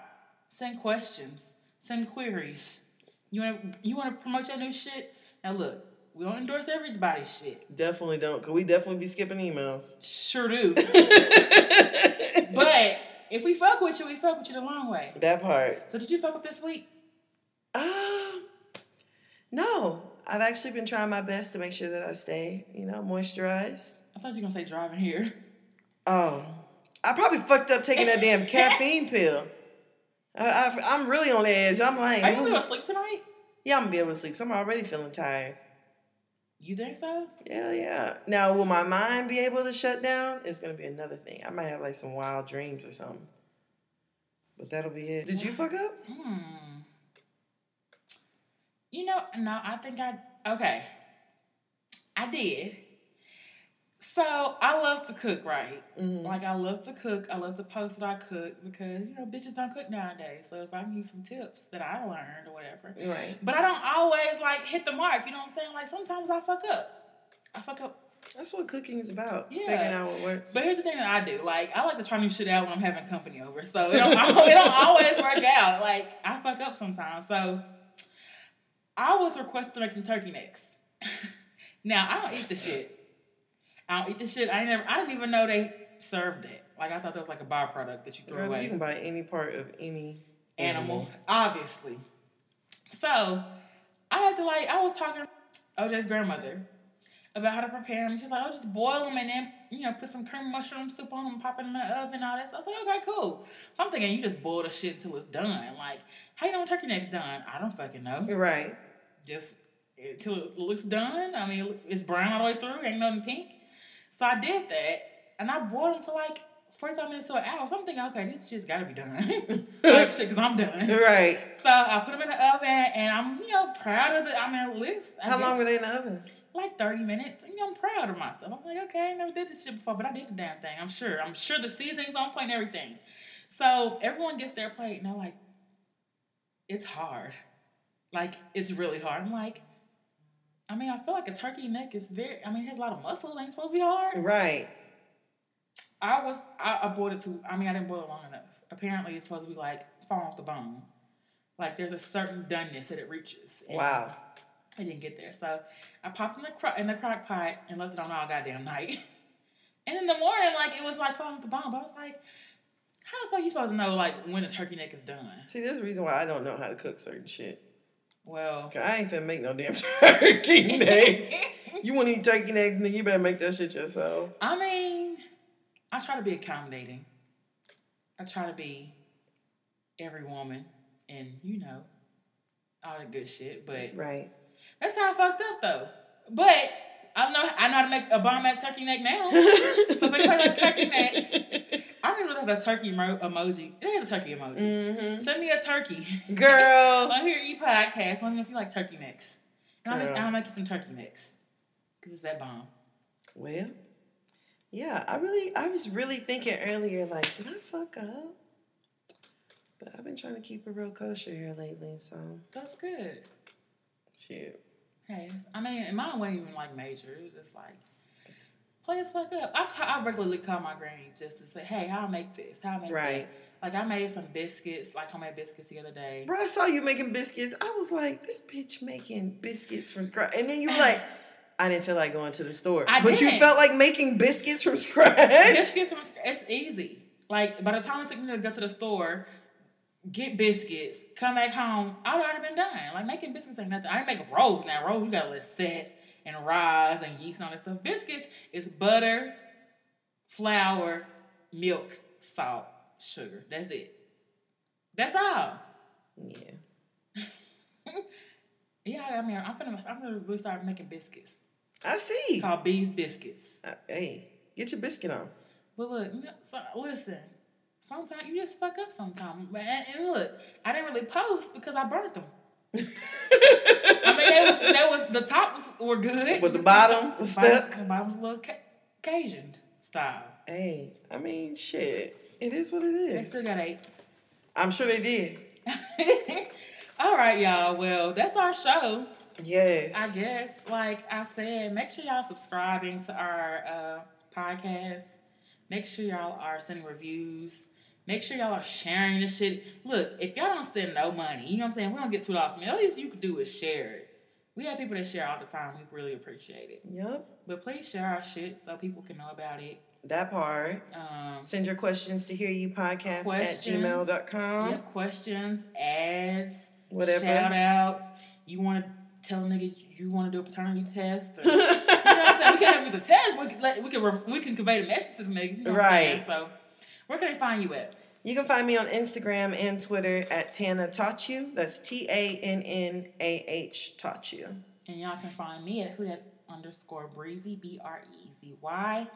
A: send questions, send queries. You want to you want to promote your new shit? Now look, we don't endorse everybody's shit.
B: Definitely don't. Cause we definitely be skipping emails.
A: Sure do. but if we fuck with you, we fuck with you the long way.
B: That part.
A: So did you fuck up this week?
B: Um, no, I've actually been trying my best to make sure that I stay, you know, moisturized. Um,
A: I thought you were gonna say driving here.
B: Oh, I probably fucked up taking that damn caffeine pill. I, I, am really on edge. I'm like,
A: Are you gonna
B: "Ooh."
A: go to sleep tonight?
B: yeah, I'm gonna be able to sleep. 'cause I'm already feeling tired.
A: You think so?
B: Yeah, yeah. Now, will my mind be able to shut down? It's gonna be another thing. I might have like some wild dreams or something. But that'll be it. Did you fuck up?
A: Hmm. You know, no, I think I okay. I did. So I love to cook, right?
B: Mm-hmm.
A: Like I love to cook. I love to post what I cook because you know bitches don't cook nowadays. So if I can give some tips that I learned or whatever,
B: Right.
A: but I don't always like hit the mark. You know what I'm saying? Like sometimes I fuck up. I fuck up
B: That's what cooking is about.
A: Yeah.
B: Figuring out what works.
A: But here's the thing that I do. Like, I like to try new shit out when I'm having company over. So it don't, it don't always work out. Like, I fuck up sometimes. So I was requested to make some turkey necks. now, I don't eat the shit. I don't eat the shit. I ain't never, I didn't even know they served it. Like, I thought that was like a byproduct that you threw
B: Girl,
A: away
B: you can buy any part of any
A: animal, obviously. So I had to like I was talking to OJ's grandmother about how to prepare them. She's like, "Oh, just boil them and then you know put some cream mushroom soup on them, pop it in the oven, and all that." So I was like, "Okay, cool." So I'm thinking you just boil the shit till it's done. Like, how you know when turkey neck's done? I don't fucking know.
B: animal. Right.
A: Just until it looks done. I mean, it's brown all the way through. Ain't nothing pink. So I did that, and I boiled them for like 45 minutes to an hour. So I'm thinking, okay, this shit's gotta be done. like shit, cause I'm done.
B: Right.
A: So I put them in the oven, and I'm you know proud of the. I mean, at least I
B: How
A: did
B: long were they in the oven?
A: Like thirty minutes. You know, I'm proud of myself. I'm like, okay, I never did this shit before, but I did the damn thing. I'm sure. I'm sure the seasoning's on point and everything. So everyone gets their plate, and they're like, it's hard. Like it's really hard. I'm like, I mean, I feel like a turkey neck is very. I mean, it has a lot of muscles. Ain't supposed to be hard.
B: Right.
A: I was I, I boiled it too. I mean, I didn't boil it long enough. Apparently, it's supposed to be like falling off the bone. Like there's a certain doneness that it reaches. And
B: Wow.
A: I didn't get there, so I popped in the cro- in the crock pot and left it on all goddamn night. And in the morning, like it was like falling off the bone. But I was like, how the fuck you supposed to know like when a turkey neck is done?
B: See, there's a reason why I don't know how to cook certain shit.
A: Well,
B: 'Cause I ain't finna make no damn turkey necks. you want to eat turkey necks, nigga? You better make that shit yourself.
A: I mean, I try to be accommodating. I try to be every woman and, you know, all that good shit. But
B: Right.
A: that's how I fucked up though. But I know I know how to make a bomb ass turkey neck now.
B: so
A: they play like turkey necks. I didn't realize a turkey mo- emoji. There's a turkey emoji.
B: Mm-hmm.
A: Send me a turkey.
B: Girl.
A: I'm here eat podcast. Let me know if you like turkey necks. And I'll make,
B: Girl.
A: I'll make you some turkey necks. Because it's that bomb.
B: Well, yeah, I really, I was really thinking earlier, like, did I fuck up? But I've been trying to keep it real kosher here lately, so
A: That's good.
B: shit.
A: Hey, it's- I mean, and mine wasn't even like major. It was just like, play as fuck up. I, ca- I regularly call my granny just to say, hey, how I make this? How I make
B: Right.
A: that? Like, I made some biscuits, like homemade biscuits the other day.
B: Bro, I saw you making biscuits. I was like, this bitch making biscuits from scratch. And then you were like, I didn't feel like going to the store.
A: I
B: but you
A: didn't.
B: felt like making biscuits from scratch.
A: Biscuits from scr- it's easy. Like, by the time it took me to go to the store, get biscuits, come back home, I'd already been done. Like, making biscuits ain't nothing. I didn't make rolls. Now, rolls, you gotta let set and rise and yeast and all that stuff. Biscuits is butter, flour, milk, salt, sugar. That's it. That's all.
B: Yeah.
A: Yeah, I mean, I'm finna, I'm gonna really start making biscuits
B: I see.
A: called Bee's Biscuits.
B: Uh, Hey, get your biscuit on.
A: But look, you know, so, listen. Sometimes you just fuck up. Sometimes, and, and look, I didn't really post because I burnt them. I mean, that was, that was the top was, were good,
B: But the bottom was
A: The bottom-
B: stuck?
A: The bottom was a little ca- Cajun style.
B: hey, I mean, shit. It is what it
A: They
B: is.
A: still got eight.
B: I'm sure they did.
A: All right, y'all. Well, that's our show.
B: Yes.
A: I guess, like I said, make sure y'all subscribing to our uh, podcast. Make sure y'all are sending reviews. Make sure y'all are sharing this shit. Look, if y'all don't send no money, you know what I'm saying? We don't get two dollars from you. All least you can do is share it. We have people that share all the time. We really appreciate it.
B: Yep.
A: But please share our shit so people can know about it.
B: That part.
A: Um,
B: Send your questions to hear you podcast at
A: Questions.
B: gmail.com.
A: yeah, questions, ads,
B: Whatever.
A: shout outs. You want to tell a nigga you want to do a paternity test? Or, You know what I'm saying? We can have the test. We can, let, we can re- we can convey the message to the niggas. You know what I'm
B: Right.
A: saying? So, where can they find you at?
B: You can find me on Instagram and Twitter at Tana Taught You. That's T A N N A H Taught You.
A: And y'all can find me at who that underscore breezy, B R E E Z Y.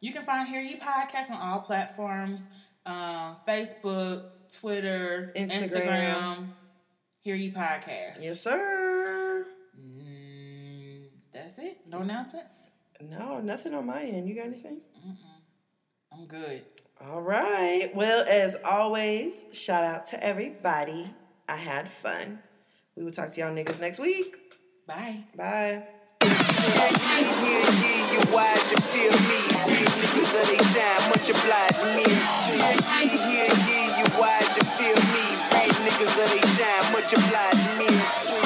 A: You can find Hear You Podcast on all platforms um, Facebook, Twitter,
B: Instagram.
A: Instagram. Hear You Podcast.
B: Yes, sir.
A: Mm, that's it. No announcements?
B: No, nothing on my end. You got anything?
A: Mm-mm. I'm good.
B: All right. Well, as always, shout out to everybody. I had fun. We will talk to y'all niggas next week.
A: Bye.
B: Bye.
C: Multiply to me.